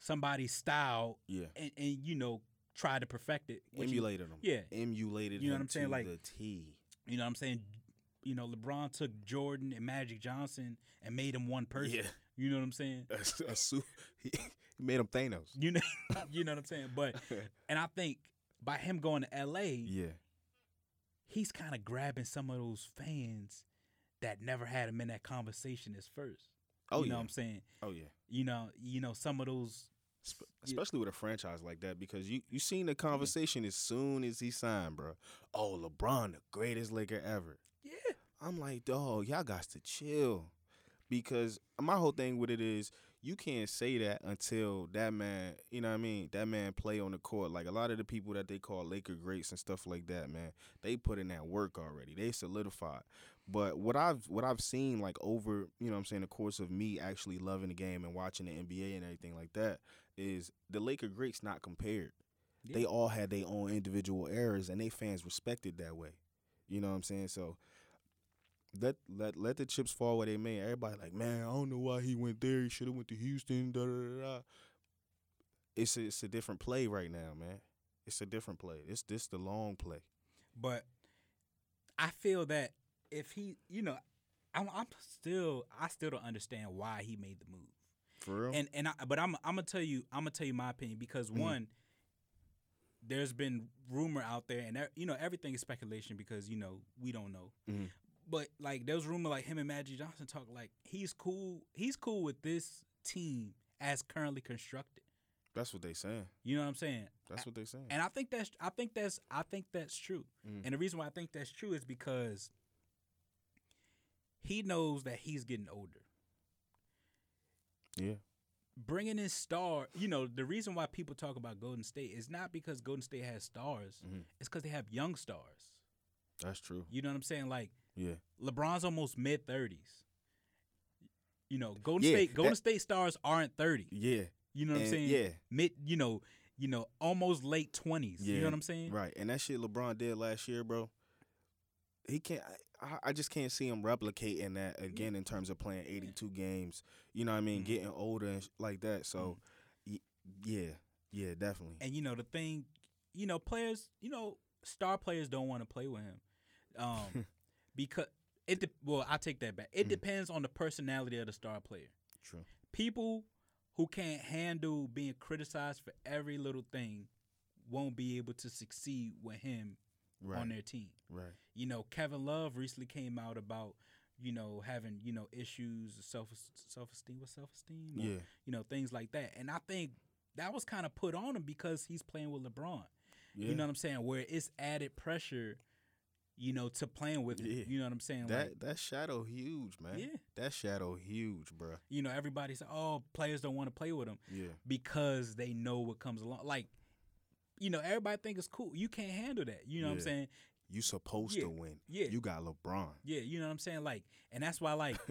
A: somebody's style
B: Yeah.
A: and, and you know tried to perfect it. which he-
B: Emulated him.
A: yeah.
B: Emulated
A: You know
B: him
A: what I'm saying?
B: to
A: Like-
B: the T.
A: you know what I'm saying? You know, LeBron took Jordan and Magic Johnson and made them one person.
B: Yeah.
A: You know what I'm saying?
B: A, a su- he made him Thanos.
A: You know, you know what I'm saying? But and I think by him going to LA,
B: yeah.
A: he's kind of grabbing some of those fans that never had him in that conversation as first.
B: Oh
A: you
B: yeah.
A: know what I'm saying?
B: oh yeah.
A: You know, you know some of those
B: Sp- especially with a franchise like that because you you seen the conversation as soon as he signed, bro. Oh, LeBron, the greatest Laker ever.
A: Yeah.
B: I'm like, dog, y'all got to chill because my whole thing with it is you can't say that until that man, you know what I mean? That man play on the court. Like a lot of the people that they call Laker greats and stuff like that, man, they put in that work already. They solidified. But what I've what I've seen like over, you know what I'm saying, the course of me actually loving the game and watching the NBA and everything like that is the Laker greats not compared. They
A: Yeah.
B: all had their own individual errors and they fans respected that way. You know what I'm saying? So let let let the chips fall where they may. Everybody like, man, I don't know why he went there. He should have went to Houston. Da da da. da." It's a, it's a different play right now, man. It's a different play. It's this the long play.
A: But I feel that if he, you know, I'm, I'm still, I still don't understand why he made the move.
B: For real.
A: And and I, but I'm, I'm gonna tell you, I'm gonna tell you my opinion because
B: Mhm.
A: one, there's been rumor out there, and e- you know everything is speculation because you know we don't know.
B: Mhm.
A: But like there was rumor like him and Magic Johnson talk like he's cool, he's cool with this team as currently constructed.
B: that's what they saying.
A: You know what I'm saying?
B: That's what they saying.
A: And I think that's I think that's I think that's true.
B: Mm.
A: And the reason why I think that's true is because he knows that he's getting older.
B: yeah.
A: Bringing in star, you know, the reason why people talk about Golden State is not because Golden State has stars.
B: Mhm.
A: It's because they have young stars.
B: That's true.
A: You know what I'm saying? Like
B: Yeah.
A: LeBron's almost mid thirties. You know, Golden
B: Yeah,
A: State Golden
B: that-
A: State stars aren't thirty.
B: Yeah.
A: You know what I'm
B: And-
A: saying?
B: yeah.
A: Mid, you know, you know, almost late twenties. You
B: Yeah,
A: know what I'm saying?
B: Right. And that shit LeBron did last year, bro. He can't. I- I, I just can't see him replicating that again in terms of playing 82 games. You know what I mean?
A: Mhm.
B: Getting older and sh- like that. So,
A: Mm-hmm.
B: y- yeah, yeah, definitely.
A: And you know the thing, you know players, you know star players don't want to play with him, um, because it. De- well, I take that back. It
B: Mhm.
A: depends on the personality of the star player.
B: True.
A: People who can't handle being criticized for every little thing won't be able to succeed with him
B: Right.
A: on their team.
B: right.
A: You know, Kevin Love recently came out about you know, having you know issues, self self esteem, with self esteem,
B: Yeah.
A: you know, things like that. And I think that was kind of put on him because he's playing with LeBron.
B: yeah.
A: You know what I'm saying? Where it's added pressure, you know, to playing with. him.
B: Yeah.
A: You know what I'm saying?
B: that
A: like,
B: that shadow huge, man.
A: Yeah.
B: That shadow huge, bruh.
A: you know, everybody said, "Oh, players don't want to play with him
B: Yeah.
A: because they know what comes along." Like, you know, everybody think it's cool. You can't handle that. You know what I'm
B: Yeah.
A: saying?
B: You supposed
A: Yeah,
B: to win.
A: yeah.
B: You got LeBron.
A: Yeah, you know what I'm saying? Like, and that's why, like,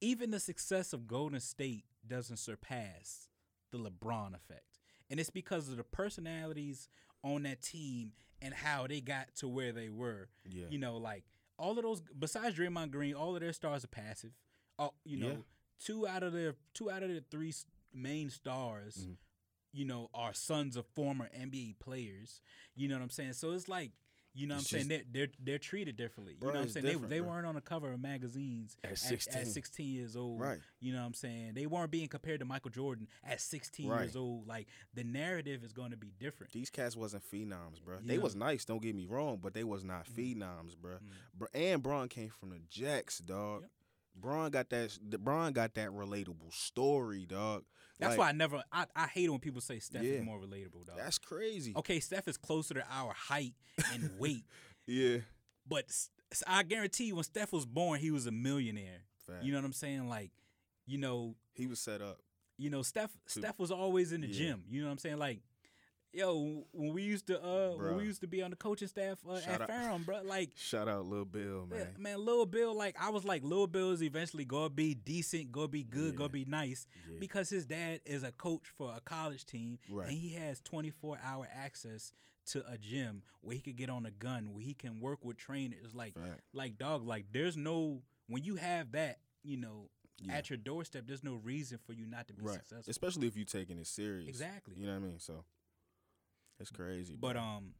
A: even the success of Golden State doesn't surpass the LeBron effect. And it's because of the personalities on that team and how they got to where they were.
B: Yeah.
A: You know, like, all of those, besides Draymond Green, all of their stars are passive. All, you know,
B: Yeah.
A: two out of their two out of their three s- main stars,
B: Mhm.
A: you know, are sons of former NBA players. You know what I'm saying? So it's like, you know what I'm
B: It's
A: saying? They're, they're they're treated differently.
B: Bro,
A: you know what I'm
B: it's
A: saying? They,
B: different,
A: they
B: bro.
A: weren't on the cover of magazines
B: At
A: at 16,
B: 16.
A: at 16 years old.
B: Right.
A: You know what I'm saying? They weren't being compared to Michael Jordan at 16
B: Right.
A: years old. Like the narrative is going to be different.
B: These cats wasn't phenoms, bruh.
A: Yeah.
B: They was nice, don't get me wrong, but they was not phenoms, bruh.
A: Mhm.
B: Br- And Braun came from the Jacks, dog.
A: Yep.
B: Braun got that. s- the- Braun got that relatable story, dog.
A: That's why I never I, I hate it when people say Steph
B: Yeah.
A: is more relatable, dog.
B: That's crazy.
A: okay, Steph is closer to our height and weight,
B: Yeah.
A: but s- s- I guarantee you when Steph was born, he was a millionaire.
B: Fact.
A: You know what I'm saying? Like, you know,
B: he was set up.
A: you know, Steph
B: To-
A: Steph was always in the
B: Yeah.
A: gym. You know what I'm saying? Like, yo, when we used to uh when we
B: Bruh.
A: used to be on the coaching staff uh,
B: Shout
A: at
B: out-
A: Ferrum, bro, like
B: Shout out, Lil Bill,
A: man.
B: man.
A: man, Lil Bill, like I was like, Lil Bill is eventually gonna be decent, gonna be good,
B: Yeah.
A: gonna be nice.
B: Yeah.
A: Because his dad is a coach for a college team
B: Right.
A: and he has twenty four hour access to a gym where he could get on a gun, where he can work with trainers. Like
B: Fact.
A: like dog, like there's no when you have that, you know,
B: Yeah.
A: at your doorstep, there's no reason for you not to be
B: Right.
A: successful.
B: Especially if you taking it serious.
A: Exactly.
B: You know what I mean? So it's crazy.
A: But
B: bruh.
A: um,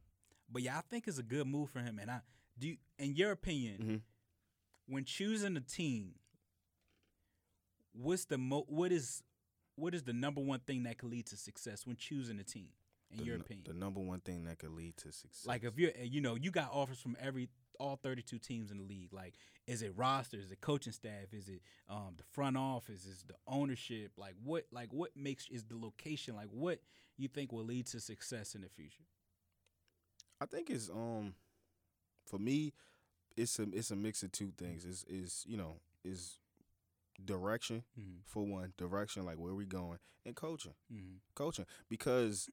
A: but yeah, I think it's a good move for him. And I do. You, in your opinion,
B: Mhm.
A: when choosing a team, what's the mo? What is what is the number one thing that could lead to success when choosing a team? In
B: the,
A: your
B: nu-
A: opinion,
B: the number one thing that could lead to success.
A: like if you're, you know, you got offers from every all 32 teams in the league. Like, is it roster? Is it coaching staff? Is it um, the front office? Is the ownership? Like what? Like what makes is the location? Like what you think will lead to success in the future?
B: I think it's um for me, it's a it's a mix of two things. It's is you know is direction
A: Mm-hmm.
B: for one, direction like where we going, and coaching,
A: Mm-hmm.
B: coaching. Because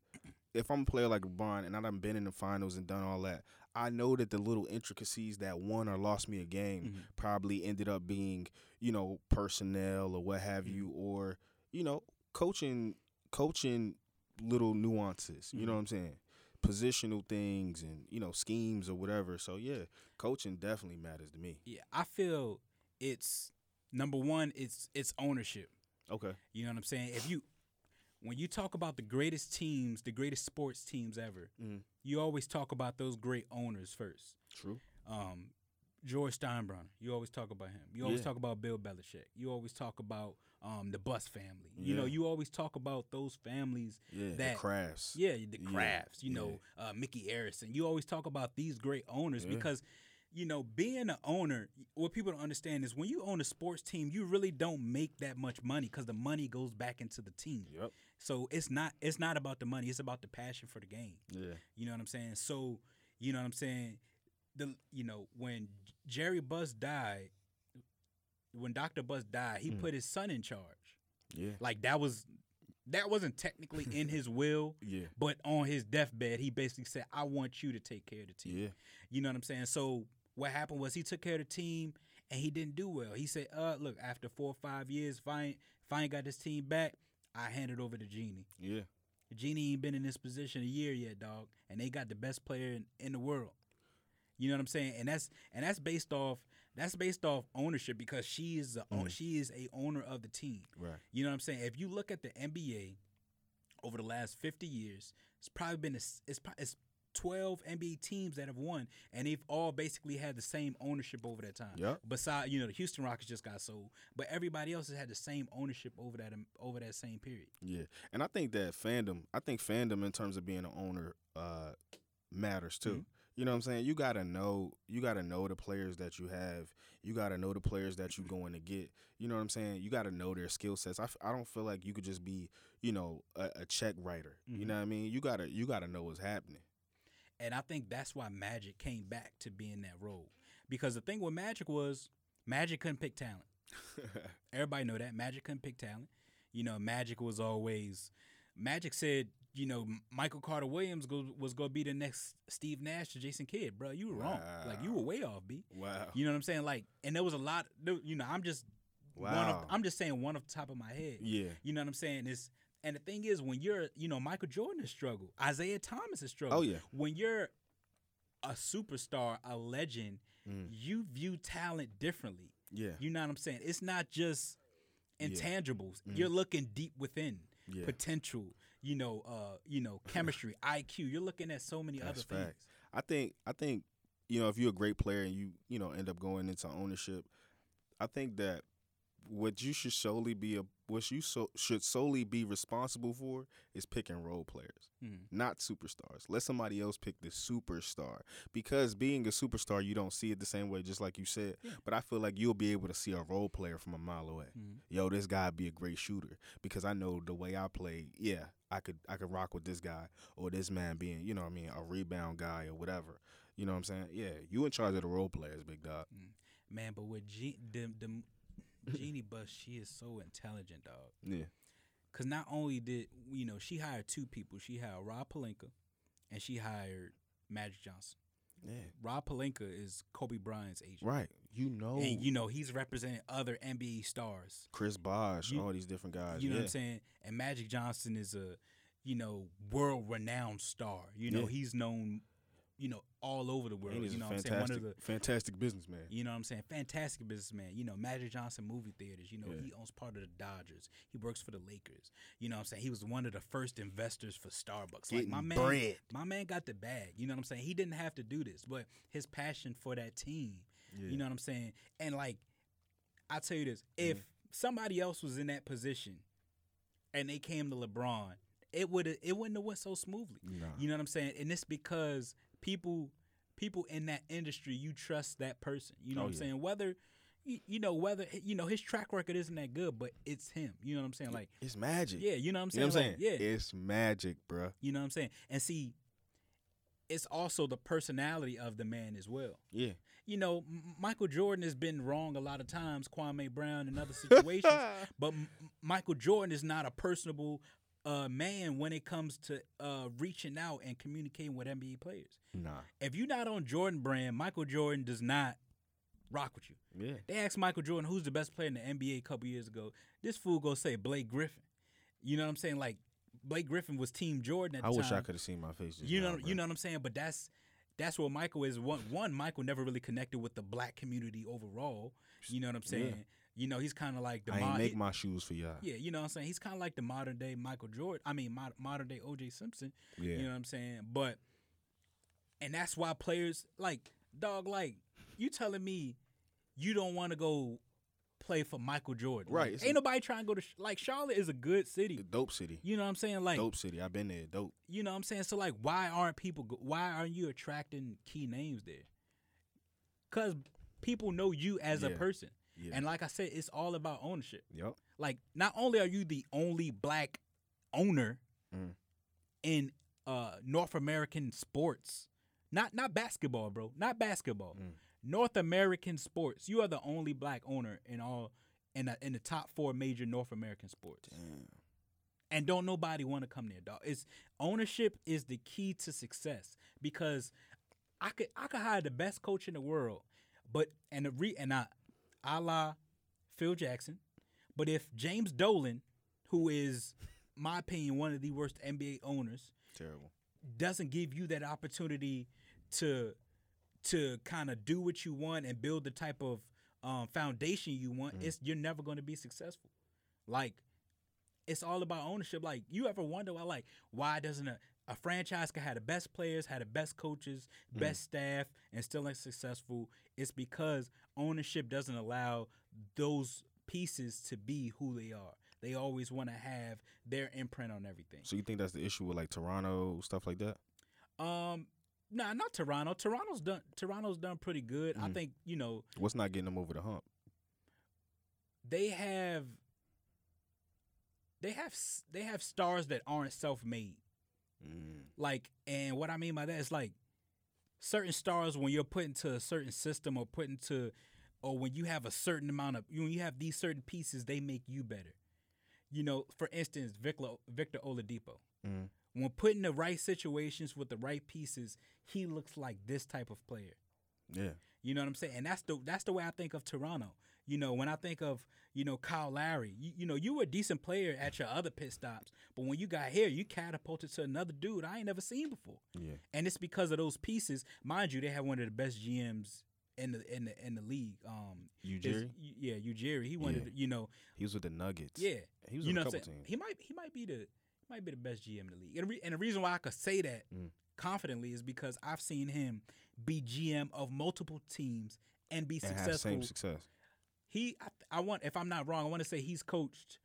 B: if I'm a player like LeBron and I done been in the finals and done all that, I know that the little intricacies that won or lost me a game
A: Mhm.
B: probably ended up being you know personnel or what have you, or you know coaching coaching little nuances. You know what I'm saying? Positional things and you know schemes or whatever. So yeah, coaching definitely matters to me.
A: Yeah, I feel it's number one. It's it's ownership.
B: Okay.
A: You know what I'm saying? If you when you talk about the greatest teams, the greatest sports teams ever,
B: Mhm.
A: you always talk about those great owners first.
B: True.
A: Um, George Steinbrenner, you always talk about him. You always
B: Yeah.
A: talk about Bill Belichick. You always talk about um, the Bus family. You know,
B: Yeah.
A: you always talk about those families
B: Yeah.
A: That-
B: the crafts.
A: yeah, the
B: Yeah,
A: crafts, you
B: yeah.
A: know, uh, Mickey Arison. You always talk about these great owners
B: Yeah.
A: because, you know, being an owner, what people don't understand is when you own a sports team, you really don't make that much money because the money goes back into the team.
B: Yep.
A: So it's not it's not about the money; it's about the passion for the game.
B: Yeah.
A: You know what I'm saying? So, you know what I'm saying? The you know when Jerry Buss died, when Doctor Buss died, he
B: Mm.
A: put his son in charge.
B: Yeah.
A: Like that was that wasn't technically in his will.
B: Yeah.
A: But on his deathbed, he basically said, I want you to take care of the team.
B: Yeah.
A: You know what I'm saying? So what happened was he took care of the team and he didn't do well. He said, uh, look, after four or five years, if I ain't, if I ain't got this team back, I hand it over to Genie.
B: Yeah.
A: Genie ain't been in this position a year yet, dog, and they got the best player in, in the world. You know what I'm saying? And that's and that's based off that's based off ownership because she is a,
B: Mhm.
A: she is a owner of the team.
B: Right.
A: You know what I'm saying? If you look at the NBA over the last 50 years, it's probably been a s it's, pro- it's 12 NBA teams that have won, and they've all basically had the same ownership over that time.
B: Yep.
A: Besides, you know, the Houston Rockets just got sold, but everybody else has had the same ownership over that um, over that same period.
B: Yeah, and I think that fandom, I think fandom in terms of being an owner, uh, matters too. You know what I'm saying? You gotta know. You gotta know the players that you have. You gotta know the players that you're going to get. You know what I'm saying? You gotta know their skill sets. I, f- I don't feel like you could just be you know a, a check writer. You
A: Mhm.
B: know what I mean? You gotta you gotta know what's happening.
A: And I think that's why Magic came back to being that role. Because the thing with Magic was Magic couldn't pick talent. Everybody know that Magic couldn't pick talent. You know, Magic was always Magic said, you know, M- Michael Carter Williams go, was going to be the next Steve Nash to Jason Kidd, bro. You were wrong. Like you were
B: Wow.
A: way off, B.
B: wow.
A: You know what I'm saying? Like, and there was a lot. there- You know, I'm just one. Of,
B: Wow.
A: I'm just saying one off the top of my head.
B: yeah.
A: You know what I'm saying? It's and the thing is, when you're, you know, Michael Jordan has struggled, Isaiah Thomas has struggled.
B: Oh yeah.
A: When you're a superstar, a legend,
B: Mm.
A: you view talent differently.
B: Yeah.
A: You know what I'm saying? It's not just
B: Yeah.
A: intangibles.
B: Mhm.
A: You're looking deep within
B: Yeah.
A: potential. You know, uh, you know, chemistry, IQ. You're looking at so many
B: That's
A: other things.
B: facts. I think I think you know if you're a great player and you you know end up going into ownership, I think that what you should solely be a what you so, should solely be responsible for is pick and roll players,
A: Mhm.
B: not superstars. Let somebody else pick the superstar because being a superstar, you don't see it the same way. Just like you said,
A: Yeah.
B: but I feel like you'll be able to see a role player from a mile away.
A: Mhm.
B: Yo, this guy be a great shooter because I know the way I play. Yeah, I could I could rock with this guy or this man being you know what I mean a rebound guy or whatever. You know what I'm saying? Yeah, you in charge of the role players, big dog.
A: Man, but with G- the, the Jeannie Bus, she is so intelligent, dog.
B: Yeah,
A: Cause not only did you know she hired two people, she hired Rob Palenka, and she hired Magic Johnson.
B: yeah,
A: Rob Palenka is Kobe Bryant's agent,
B: right. You know,
A: and you know he's representing other NBA stars.
B: Chris Bosh,
A: you-
B: all these different guys.
A: You know
B: Uh, yeah.
A: what I'm saying? And Magic Johnson is a, you know, world renowned star. You know,
B: Yeah.
A: he's known, you know, all over the world.
B: And he's
A: You know
B: a
A: what I'm saying? One
B: fantastic,
A: of the
B: fantastic businessman.
A: you know what I'm saying? Fantastic businessman. You know, Magic Johnson movie theaters. You know,
B: Yeah.
A: he owns part of the Dodgers. He works for the Lakers. You know what I'm saying? He was one of the first investors for Starbucks. like my
B: Getting
A: man
B: bread.
A: my man got the bag. You know what I'm saying? He didn't have to do this, but his passion for that team
B: Yeah.
A: you know what I'm saying? And like, I tell you this: if somebody else was in that position, and they came to LeBron, it would it wouldn't have went so smoothly.
B: Nah.
A: You know what I'm saying? And it's because people people in that industry, you trust that person. You know
B: Oh,
A: what I'm
B: yeah.
A: saying? Whether you, you know whether you know his track record isn't that good, but it's him. You know what I'm saying? Like,
B: it's magic.
A: yeah, you know what I'm
B: you
A: saying?
B: know what I'm saying?
A: Like, yeah,
B: it's magic, bruh.
A: you know what I'm saying? And see, it's also the personality of the man as well
B: Yeah,
A: you know, M- Michael Jordan has been wrong a lot of times, Kwame Brown in other situations, but M- Michael Jordan is not a personable uh, man when it comes to uh, reaching out and communicating with NBA players.
B: nah,
A: If you're not on Jordan brand, Michael Jordan does not rock with you.
B: yeah,
A: They asked Michael Jordan who's the best player in the NBA a couple years ago. This fool gonna say Blake Griffin. You know what I'm saying? Like Blake Griffin was Team Jordan at the
B: I wish
A: time
B: I could have seen my face. Just
A: you
B: now,
A: know, you
B: bruh.
A: know what I'm saying. But that's that's what Michael is. One, one Michael never really connected with the black community overall. You know what I'm
B: Yeah.
A: saying. You know, he's kind of like the
B: I ain't
A: mod-
B: make my shoes for y'all.
A: yeah. You know what I'm saying. He's kind of like the modern day Michael Jordan. I mean, mod- modern day OJ Simpson.
B: yeah.
A: You know what I'm saying. But and that's why players like dog. Like you telling me you don't want to go play for Michael Jordan.
B: Right,
A: Like,
B: it's
A: ain't
B: a-
A: nobody trying to go to Sh- like Charlotte is a good city.
B: Dope City.
A: You know what I'm saying. Like
B: dope City. I've been there. Dope.
A: you know what I'm saying? So like why aren't people go- why aren't you attracting key names there? Cuz people know you as a
B: Yeah.
A: person.
B: Yeah.
A: And like I said, it's all about ownership.
B: yep.
A: Like not only are you the only black owner
B: Mm.
A: in uh North American sports. Not not basketball, bro. Not basketball.
B: Mm.
A: North American sports. You are the only black owner in all in the, in the top 4 major North American sports and don't nobody want to come there, dog. It's ownership is the key to success because I could I could hire the best coach in the world, but and the re and I, a la Phil Jackson, but if James Dolan, who is my opinion one of the worst NBA owners,
B: Terrible.
A: doesn't give you that opportunity to to kind of do what you want and build the type of um, foundation you want, it's you're never going to be successful. Like it's all about ownership. Like you ever wonder why like why doesn't a, a franchise can have the best players, have the best coaches, best staff, and still ain't successful? It's because ownership doesn't allow those pieces to be who they are. They always want to have their imprint on everything.
B: So you think that's the issue with like Toronto stuff like that?
A: Um, Nah, not Toronto. Toronto's done. Toronto's done pretty good. I
B: Mhm.
A: think you know
B: What's not getting them over the hump?
A: they have they have s- they have stars that aren't self made. Mm. Like, and what I mean by that is like certain stars when you're put into a certain system or put into or when you have a certain amount of when you have these certain pieces, they make you better. You know, for instance, Victor Victor Oladipo.
B: Mhm.
A: When put in the right situations with the right pieces, he looks like this type of player.
B: Yeah.
A: You know what I'm saying? And that's the that's the way I think of Toronto. You know, when I think of you know Kyle Lowry, you, you know you were a decent player at your other pit stops, but when you got here, you catapulted to another dude I ain't never seen before.
B: Yeah.
A: And it's because of those pieces, mind you, they have one of the best GMs in the in the in the league. Um, is-
B: Ujiri?
A: y- yeah, Ujiri. He wanted
B: Yeah.
A: you know
B: He was with the Nuggets.
A: yeah
B: He was
A: you
B: with
A: know
B: a
A: what I'm
B: couple
A: saying?
B: teams.
A: He might he might be the he might be the best GM in the league. And, the re- and the reason why I could say that
B: Mm.
A: confidently is because I've seen him be GM of multiple teams and be
B: and had the
A: successful.
B: same success.
A: he I, I want if I'm not wrong, I want to say he's coached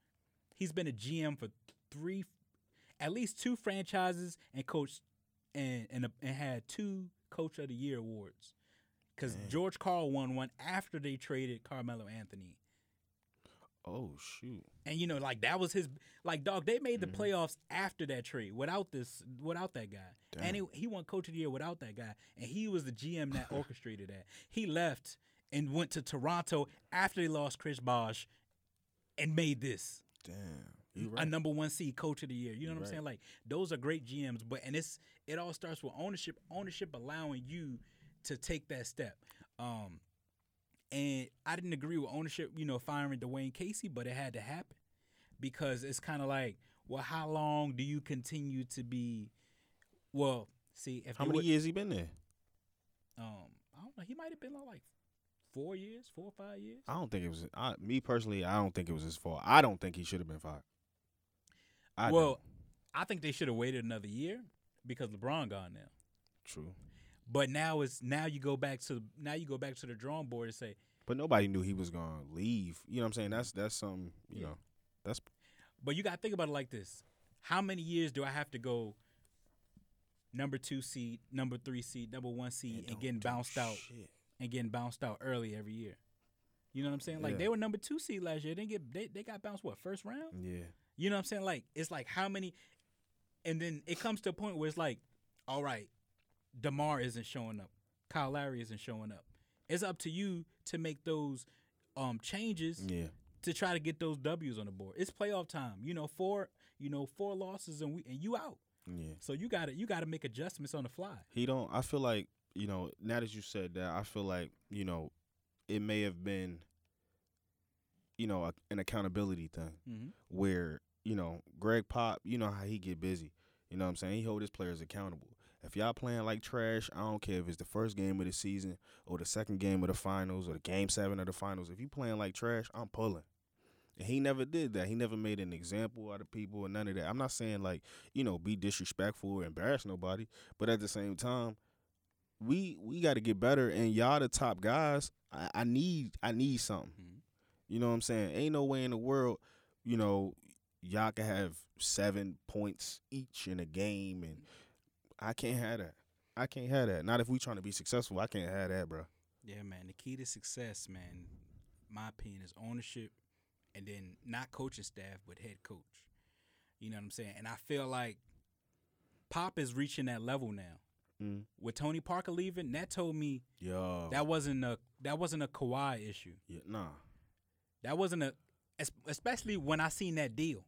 A: he's been a GM for three at least two franchises and coached and and, and had two coach of the year awards. Cuz
B: Dang.
A: George Carl won one after they traded Carmelo Anthony.
B: Oh shoot.
A: And you know, like that was his like dog. They made the
B: Mhm.
A: playoffs after that trade without this, without that guy. And he, he won coach of the year without that guy. And he was the GM that orchestrated that. He left and went to Toronto after they lost Chris Bosh and made this
B: Damn. You
A: a
B: right.
A: number one seed coach of the year. You know
B: You're
A: what I'm
B: right.
A: saying? Like those are great GMs, but and it's it all starts with ownership. Ownership allowing you to take that step. Um, and I didn't agree with ownership, you know, firing Dwayne Casey, but it had to happen because it's kind of like, well, how long do you continue to be? Well, see, if
B: How
A: they
B: many
A: would-
B: years he been there?
A: Um, I don't know. He might have been like four years, four or five years.
B: I don't think it was. I, me personally, I don't think it was his fault. I don't think he should have been fired. I
A: well,
B: don't.
A: I think they should have waited another year because LeBron gone now.
B: true.
A: But now it's now you go back to now you go back to the drawing board and say,
B: But nobody knew he was gonna leave. You know what I'm saying? That's that's something. You
A: Yeah.
B: know, that's
A: but you got to think about it like this: How many years do I have to go number two seed, number three seed, number one seed, and getting bounced out and getting bounced out early every year? You know what I'm saying? Like
B: Yeah.
A: they were number two seed last year. They get they, they got bounced what first round?
B: Yeah.
A: You know what I'm saying? Like it's like how many, and then it comes to a point where it's like, all right, Demar isn't showing up, Kyle Lowry isn't showing up. It's up to you to make those um changes
B: Yeah.
A: to try to get those W's on the board. It's playoff time. You know, four you know four losses and we and you out.
B: Yeah.
A: So you got to you got to make adjustments on the fly.
B: He don't. I feel like you know. Now that you said that, I feel like you know, it may have been, you know, a, an accountability thing
A: Mm-hmm.
B: where you know Greg Pop. You know how he get busy. You know what I'm saying? He hold his players accountable. If y'all playing like trash, I don't care if it's the first game of the season or the second game of the finals or the game seven of the finals. If you playing like trash, I'm pulling. And he never did that. He never made an example out of people and none of that. I'm not saying like, you know, be disrespectful or embarrass nobody, but at the same time, we we got to get better. And y'all the top guys. I, I need I need something.
A: Mhm.
B: You know what I'm saying? Ain't no way in the world, you know, y'all can have seven points each in a game, and I can't have that. I can't have that. Not if we trying to be successful. I can't have that, bro.
A: Yeah, man. The key to success, man, my opinion is ownership and then not coaching staff, but head coach. You know what I'm saying? And I feel like Pop is reaching that level now.
B: Mm. Oh.
A: With Tony Parker leaving, that told me
B: Yo,
A: that wasn't a that wasn't a Kawhi issue.
B: yeah, nah,
A: That wasn't a es- especially when I seen that deal.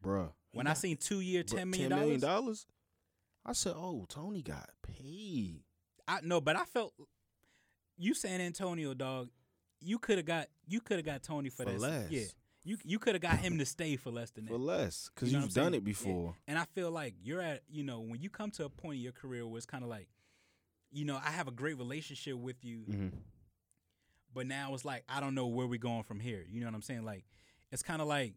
B: bro.
A: When I seen two year, ten million
B: million
A: dollars.
B: dollars, I said, oh, Tony got paid.
A: I no, but I felt you San Antonio dog. You could have got you could have got Tony for,
B: For
A: that.
B: less.
A: Yeah, you you could have got him to stay for less than that.
B: for less because
A: You know
B: you
A: what
B: have
A: I'm
B: done
A: saying?
B: it before.
A: And I feel like you're at, you know, when you come to a point in your career where it's kind of like, you know, I have a great relationship with you,
B: Mm-hmm.
A: but now it's like, I don't know where we're going from here. You know what I'm saying? Like, it's kind of like,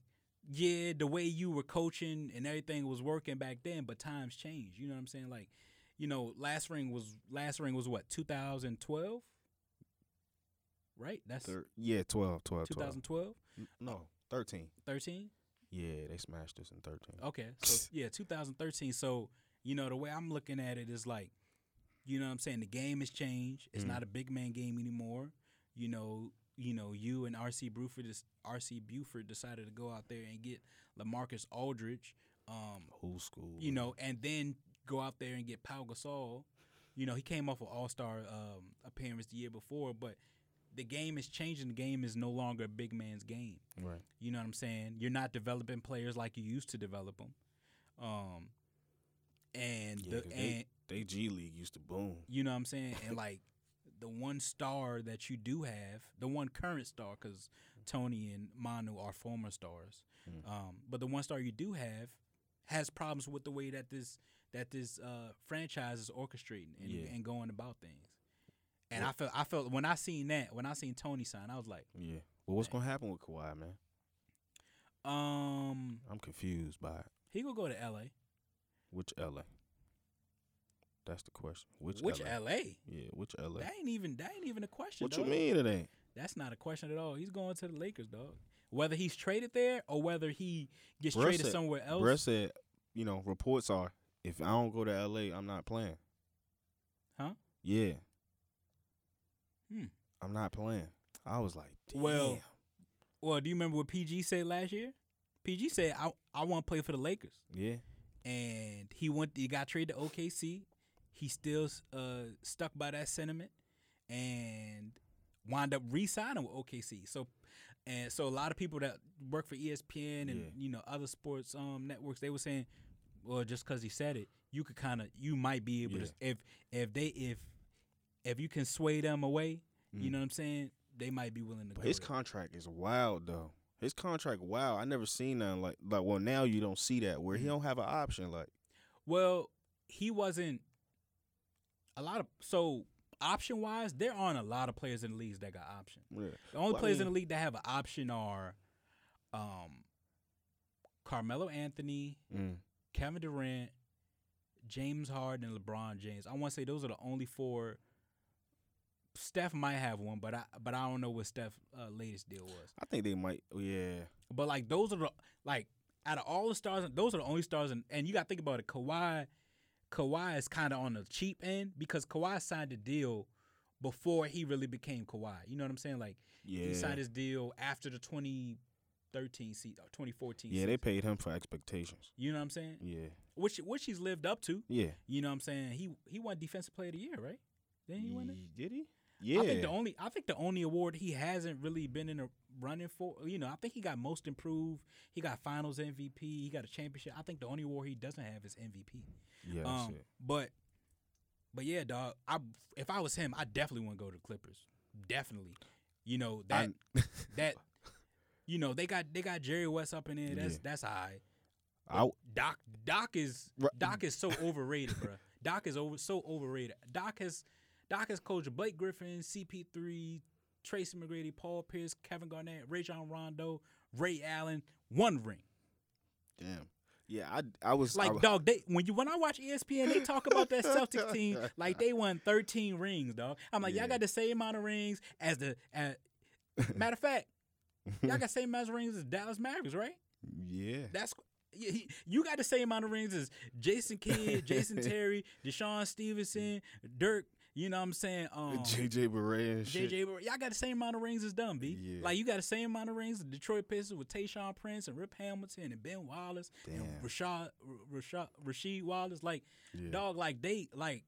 A: yeah, the way you were coaching and everything was working back then, but times change. You know what I'm saying? Like, you know, last ring was last ring was what 2012, right? That's
B: yeah, 12, 12, 12.
A: 2012,
B: N- No, 13.
A: 13.
B: Yeah, they smashed us in 13.
A: Oh. Okay. So yeah, 2013. So, you know, the way I'm looking at it is like You know what I'm saying? The game has changed. It's not a big man game anymore. You know, you know, you and RC Buford just RC Buford decided to go out there and get LaMarcus Aldridge. Um,
B: Whole school.
A: you know, and then go out there and get Pau Gasol. You know, he came off an All Star um, appearance the year before, but the game is changing. The game is no longer a big man's game.
B: Right.
A: You know what I'm saying? You're not developing players like you used to develop them. Um, and
B: Yeah,
A: the
B: 'cause they-
A: and
B: They G League used to boom.
A: you know what I'm saying? And like the one star that you do have, the one current star, because Tony and Manu are former stars.
B: Mm.
A: Um, but the one star you do have has problems with the way that this that this uh, franchise is orchestrating and,
B: Yeah.
A: and going about things. And
B: Well-
A: I felt I felt when I seen that when I seen Tony sign, I was like,
B: Yeah. Well, what's gonna happen with Kawhi, man?
A: um,
B: I'm confused by it.
A: he gonna go to L.A.
B: which LA. That's the question. Which
A: Which
B: LA?
A: LA?
B: Yeah, which LA?
A: That ain't even that ain't even a question.
B: What you
A: dawg.
B: mean it ain't?
A: That's not a question at all. He's going to the Lakers, dog. Whether he's traded there or whether he gets
B: Bruh
A: traded
B: said-
A: somewhere else.
B: Brett said, you know, reports are if I don't go to LA, I'm not playing.
A: Huh?
B: Yeah.
A: Hmm.
B: I'm not playing. I was like, damn.
A: Well- Well, do you remember what PG said last year? PG said, "I I want to play for the Lakers,"
B: yeah.
A: and he went. He got traded to OKC. He still uh, stuck by that sentiment, and wound up re-signing with OKC. So, and so a lot of people that work for E ESPN and
B: Yeah.
A: you know other sports um networks, they were saying, well, just because he said it, you could kind of you might be able to if if they if if you can sway them away, you
B: Mm.
A: know what I'm saying. They might be willing to.
B: But
A: go
B: his
A: there.
B: contract is wild though. His contract, wow. I never seen nothing like like well now you don't see that
A: Hmm.
B: where he don't have an option like
A: Well, he wasn't a lot of so option wise, there aren't a lot of players in the leagues that got option.
B: yeah.
A: The only
B: Well, I
A: players in
B: mean-
A: the league that have an option are um Carmelo Anthony,
B: Mm.
A: Kevin Durant, James Harden, and LeBron James. I want to say those are the only four. Steph might have one, but I but I don't know what Steph's uh, latest deal was.
B: I think they might yeah.
A: But like those are the like out of all the stars, those are the only stars, and, and you got to think about it. Kawhi, Kawhi is kind of on the cheap end because Kawhi signed a deal before he really became Kawhi. You know what I'm saying? Like
B: Yeah.
A: he signed his deal after the 2013 season, 2014.
B: yeah,
A: uh, season.
B: they Mm. paid him for expectations.
A: You know what I'm saying?
B: Yeah.
A: Which which he's lived up to.
B: Yeah.
A: You know what I'm saying? He he won Defensive Player of the Year, right? Didn't he win it?
B: Ye- Did he? Yeah.
A: I think the only I think the only award he hasn't really been in a running for, you know, I think he got most improved. He got Finals MVP. He got a championship. I think the only award he doesn't have is MVP.
B: yeah, that's
A: Um,
B: it.
A: but but yeah, dog. I if I was him, I definitely wouldn't go to the Clippers. Definitely, you know that
B: I,
A: that you know they got they got Jerry West up in there. That's
B: Yeah.
A: that's high.
B: I,
A: Doc Doc is
B: Ru-
A: Doc is so overrated, bro. Doc is over so overrated. Doc has Doc has coached Blake Griffin, CP3, Tracy McGrady, Paul Pierce, Kevin Garnett, Rajon Rondo, Ray Allen, one ring.
B: damn. Yeah, I I was
A: Like
B: I,
A: dog, they when you when I watch E ESPN, they talk about that Celtics team like they won 13 rings, dog. I'm like,
B: Yeah.
A: y'all got the same amount of rings as the as, matter of fact, y'all got same amount of rings as Dallas Mavericks, right?
B: Yeah.
A: That's yeah, he, you got the same amount of rings as Jason Kidd, Jason Terry, Deshaun Stevenson, Dirk. You know what I'm saying? Um,
B: JJ Barea and shit.
A: JJ, Bar- y'all got the same amount of rings as them, B.
B: Yeah.
A: Like you got the same amount of rings as Detroit Pistons with Tayshawn Prince and Rip Hamilton and Ben Wallace and
B: Damn.
A: Rashad, R- Rashad, Rasheed Wallace. Like
B: yeah.
A: dog, like they like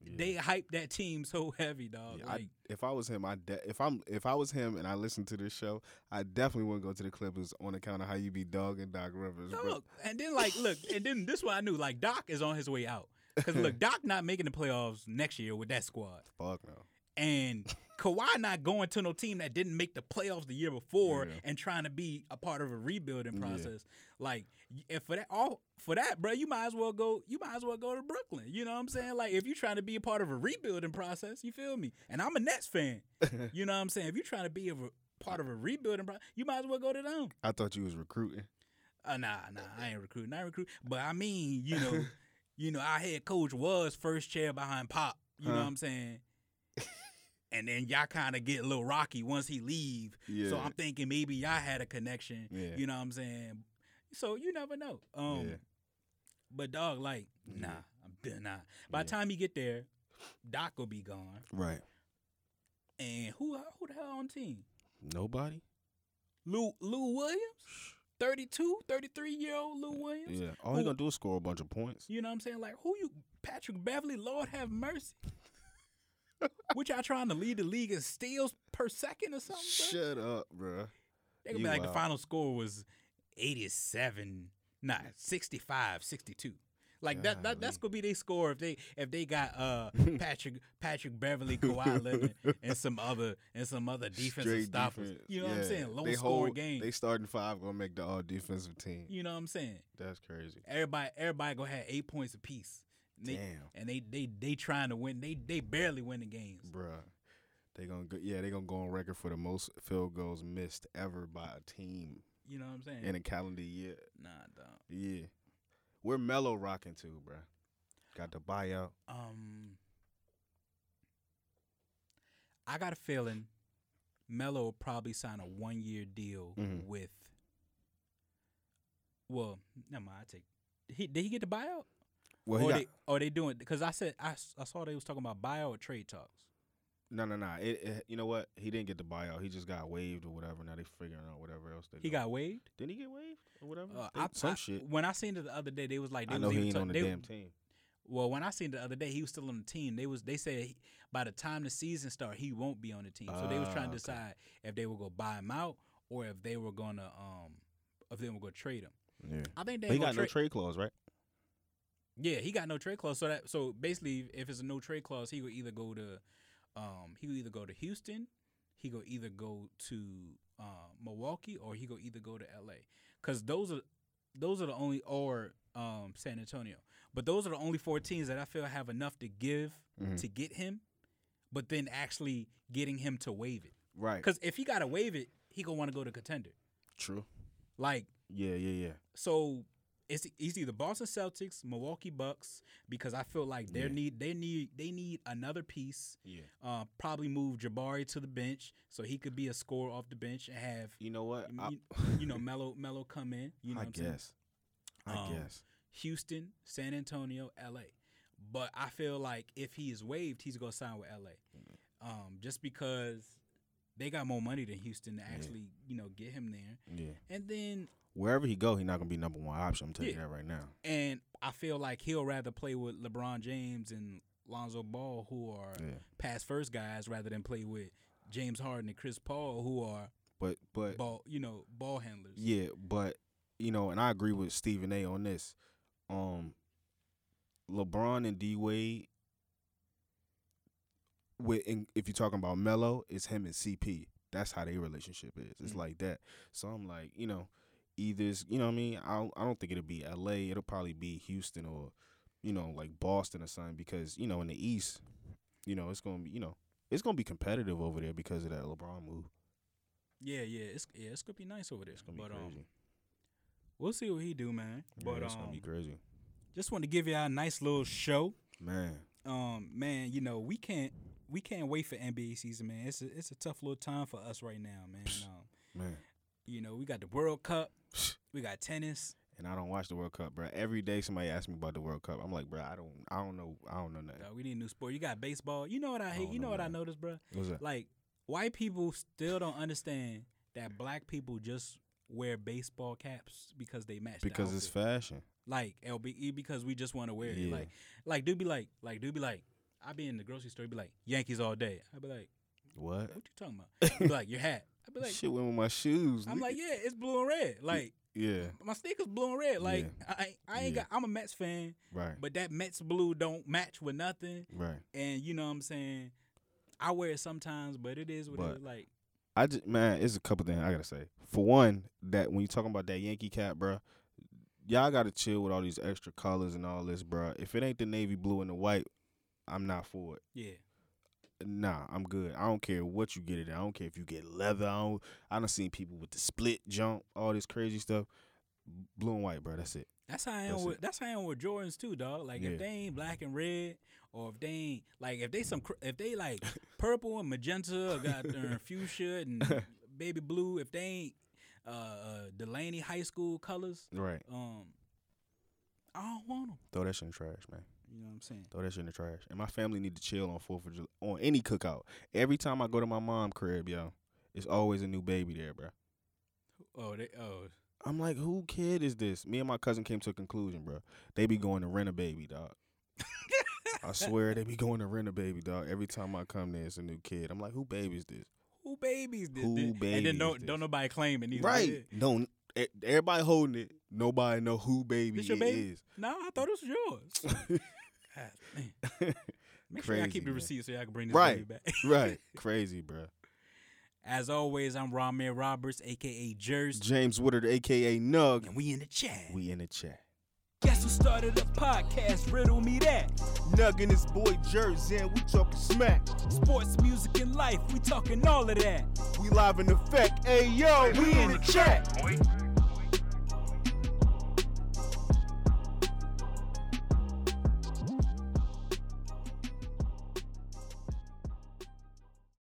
B: yeah.
A: they hype that team so heavy, dog.
B: Yeah,
A: like
B: I, if I was him, I de- if I'm if I was him and I listened to this show, I definitely wouldn't go to the Clippers on account of how you be dogging Doc Rivers.
A: No,
B: bro.
A: look, and then like, look, and then this one I knew, like Doc is on his way out because look, Doc not making the playoffs next year with that squad,
B: Fuck no.
A: and Kawhi not going to no team that didn't make the playoffs the year before
B: Yeah.
A: and trying to be a part of a rebuilding
B: Yeah.
A: process. Like, y- and for that, all for that, bro, you might as well go. You might as well go to Brooklyn. You know what I'm saying? Like, if you're trying to be a part of a rebuilding process, you feel me? And I'm a Nets fan. you know what I'm saying? If you're trying to be a, part of a rebuilding process, you might as well go to them.
B: I thought you was recruiting.
A: Uh, nah, nah, I ain't recruiting. I ain't recruit, but I mean, you know, you know, our head coach was first chair behind Pop. You know
B: Huh.
A: what I'm saying? and then y'all kind of get a little rocky once he leave.
B: Yeah.
A: So I'm thinking maybe y'all had a connection.
B: Yeah.
A: You know what I'm saying? So you never know. Um,
B: Yeah. Mm-hmm.
A: but dog, like, nah, I'm, d- nah. By the
B: Yeah.
A: time you get there, Doc will be gone.
B: Right.
A: And who who the hell on the team?
B: Nobody.
A: Lou Lou Williams? 32, 33 year old Lou Williams?
B: Yeah. All he
A: Who-
B: gonna do is score a bunch of points.
A: You know what I'm saying? Like who you Patrick Beverly, Lord have mercy. Which y'all trying to lead the league in steals per second or something? bro?
B: Shut up, bruh.
A: They could
B: you
A: be like
B: wild.
A: the final score was 87, nah, 65, 62. Like that, that that's gonna be their score if they if they got uh Patrick Patrick Beverly Kawhi Leonard and some other and some other defensive
B: Straight
A: stoppers.
B: defense.
A: You know what I'm
B: Yeah.
A: saying? Low
B: They
A: score
B: whole-
A: game.
B: They starting five gonna make the all defensive team.
A: you know what I'm saying?
B: That's crazy.
A: Everybody everybody gonna have eight points apiece. And they,
B: Damn.
A: And they they they trying to win. They they barely win the games.
B: Bruh. They gonna go, yeah, they gonna go on record for the most field goals missed ever by a team
A: You know what I'm saying?
B: in a calendar year.
A: nah, dog.
B: Yeah. We're mellow rocking too, bruh. Got the buyout.
A: Um, I got a feeling Melo will probably sign a one year deal
B: Mhm.
A: with. Well, never mind. I take. He did he get the buyout?
B: Well, he
A: or
B: got,
A: they, or they doing? Because I said I, s- I saw they was talking about buyout or trade talks.
B: no, no, no. It, it, you know what? He didn't get the buyout. He just got waived or whatever. Now they figuring out whatever else they.
A: He
B: doing.
A: got waived.
B: Didn't he get waived or whatever?
A: Uh,
B: They-
A: I,
B: some
A: I-
B: shit.
A: When I seen it the other day, they was like they
B: I know
A: was
B: he
A: even
B: ain't
A: talk-
B: on the
A: they-
B: damn team.
A: Well, when I seen the other day, he was still on the team. They was they said he- by the time the season start, he won't be on the team. So they was
B: Ah,
A: trying to
B: okay.
A: decide if they were gonna buy him out or if they were gonna um if they were gonna trade him.
B: Yeah.
A: I think they
B: But he
A: ain't gonna
B: got no
A: trade.
B: trade clause, right?
A: yeah, he got no trade clause. So that so basically, if it's a no trade clause, he would either go to um he would either go to Houston, he go either go to uh, Milwaukee, or he go either go to L.A. Because those are those are the only or um San Antonio. But those are the only four teams that I feel have enough to give
B: Mhm.
A: to get him, but then actually getting him to waive it.
B: Right.
A: Because if he gotta waive it, he gonna want to go to contender.
B: True.
A: Like
B: Yeah, yeah, yeah.
A: so, it's e, it's either Boston Celtics, Milwaukee Bucks, because I feel like they
B: Yeah.
A: need they need they need another piece.
B: Yeah.
A: Uh, probably move Jabari to the bench so he could be a scorer off the bench and have
B: You know what?
A: you,
B: I,
A: you know Mello Mello come in. You know
B: I
A: what I'm saying?
B: guess. I
A: Um,
B: guess.
A: Houston, San Antonio, L.A. But I feel like if he is waived, he's gonna sign with L.A. Um, just because they got more money than Houston to actually you know get him there.
B: Yeah.
A: And then
B: Wherever he go, he not gonna be number one option. I'm telling
A: Yeah.
B: you that right now.
A: and I feel like he'll rather play with LeBron James and Lonzo Ball, who are
B: Yeah.
A: past first guys, rather than play with James Harden and Chris Paul, who are
B: But but
A: ball you know ball handlers.
B: Yeah, but you know, and I agree with Stephen A. on this. Um, LeBron and D Wade. With in, if you're talking about Melo, it's him and CP. That's how their relationship is. It's
A: Mhm.
B: like that. So I'm like, you know, either it's- you know what I mean. I don't- I don't think it'll be L.A. It'll probably be Houston or, you know, like Boston or something because you know in the East, you know, it's gonna be you know it's gonna be competitive over there because of that LeBron move.
A: yeah, yeah. It's yeah, it's gonna be nice over there.
B: It's gonna be
A: but
B: crazy.
A: um, we'll see what he do, man.
B: Yeah,
A: But
B: it's gonna
A: um,
B: be crazy,
A: just want to give y'all a nice little show.
B: man.
A: Um, man, you know we can't we can't wait for NBA season, man. It's a, it's a tough little time for us right now, man. Um,
B: Man.
A: you know we got the World Cup, we got tennis.
B: And I don't watch the World Cup, bro. Every day somebody asks me about the World Cup. I'm like, bro, I don't, I don't know, I don't know nothing.
A: Dog, uh, we need a new sport. You got baseball. You know what I hate.
B: don't
A: you know,
B: know,
A: what I
B: man.
A: noticed, bruh?
B: What's that?
A: Like white people still don't understand that black people just wear baseball caps because they match. the
B: Because it's
A: outfit.
B: fashion.
A: like LBE because we just want to wear it.
B: Yeah.
A: Like, like dude be like, like dude be like, I be in the grocery store, he be like Yankees all day. I be like,
B: What?
A: what you talking about? He be like your hat. I be like,
B: Shit went with my shoes.
A: I'm
B: nigga.
A: like, yeah, it's blue and red. Like
B: yeah,
A: my sneakers blue and red. Like I, ain't- I ain't
B: Yeah.
A: got. I'm a Mets fan,
B: right,
A: but that Mets blue don't match with nothing.
B: right.
A: And you know what I'm saying? I wear it sometimes, but it is what it
B: But-
A: is. Like,
B: I just, man, it's a couple things I gotta say. For one, that when you talking about that Yankee cap, bro, y'all gotta chill with all these extra colors and all this, bro. If it ain't the navy blue and the white, I'm not for it.
A: yeah.
B: nah, I'm good. I don't care what you get it. in. I don't care if you get leather. I don't. I done seen people with the split jump, all this crazy stuff. Blue and white, bro. That's it.
A: That's how I am
B: That's
A: with
B: it.
A: that's how I am with Jordans too, dog. Like
B: Yeah.
A: if they ain't black and red, or if they ain't like if they some cr- if they like purple and magenta, or goddamn fuchsia and baby blue. If they ain't uh, uh Delaney High School colors,
B: Right.
A: um, I don't want them.
B: Throw that shit in the trash, man.
A: You know what I'm saying?
B: Throw that shit in the trash. And my family need to chill on Fourth of July on any cookout. Every time I go to my mom crib, yo, it's always a new baby there, bro.
A: Oh, they oh
B: I'm like, who kid is this? Me and my cousin came to a conclusion, bro. They be going to rent a baby, dog. I swear they be going to rent a baby, dog. Every time I come there, it's a new kid. I'm like, who baby is this?
A: who babies this?
B: Who
A: this? And
B: baby is
A: then don't
B: this?
A: don't nobody claim it either.
B: Right? No, n- e- everybody holding it. Nobody know who baby
A: This your
B: it
A: baby?
B: is.
A: No, I thought it was yours. God, man. Make sure I
B: Crazy,
A: keep the
B: man.
A: receipt so y'all can bring this
B: Right.
A: baby back.
B: right? Crazy, bro.
A: As always, I'm Ramen Roberts, aka Jers,
B: James Woodard, aka Nug.
A: and we in the chat.
B: We in the chat.
A: Guess who started the podcast? Riddle me that.
B: Nug and his boy Jersey, and we talking smack.
A: Sports, music, and life. We talking all of that.
B: We live in effect. Hey yo,
A: We in the chat.
D: Boy.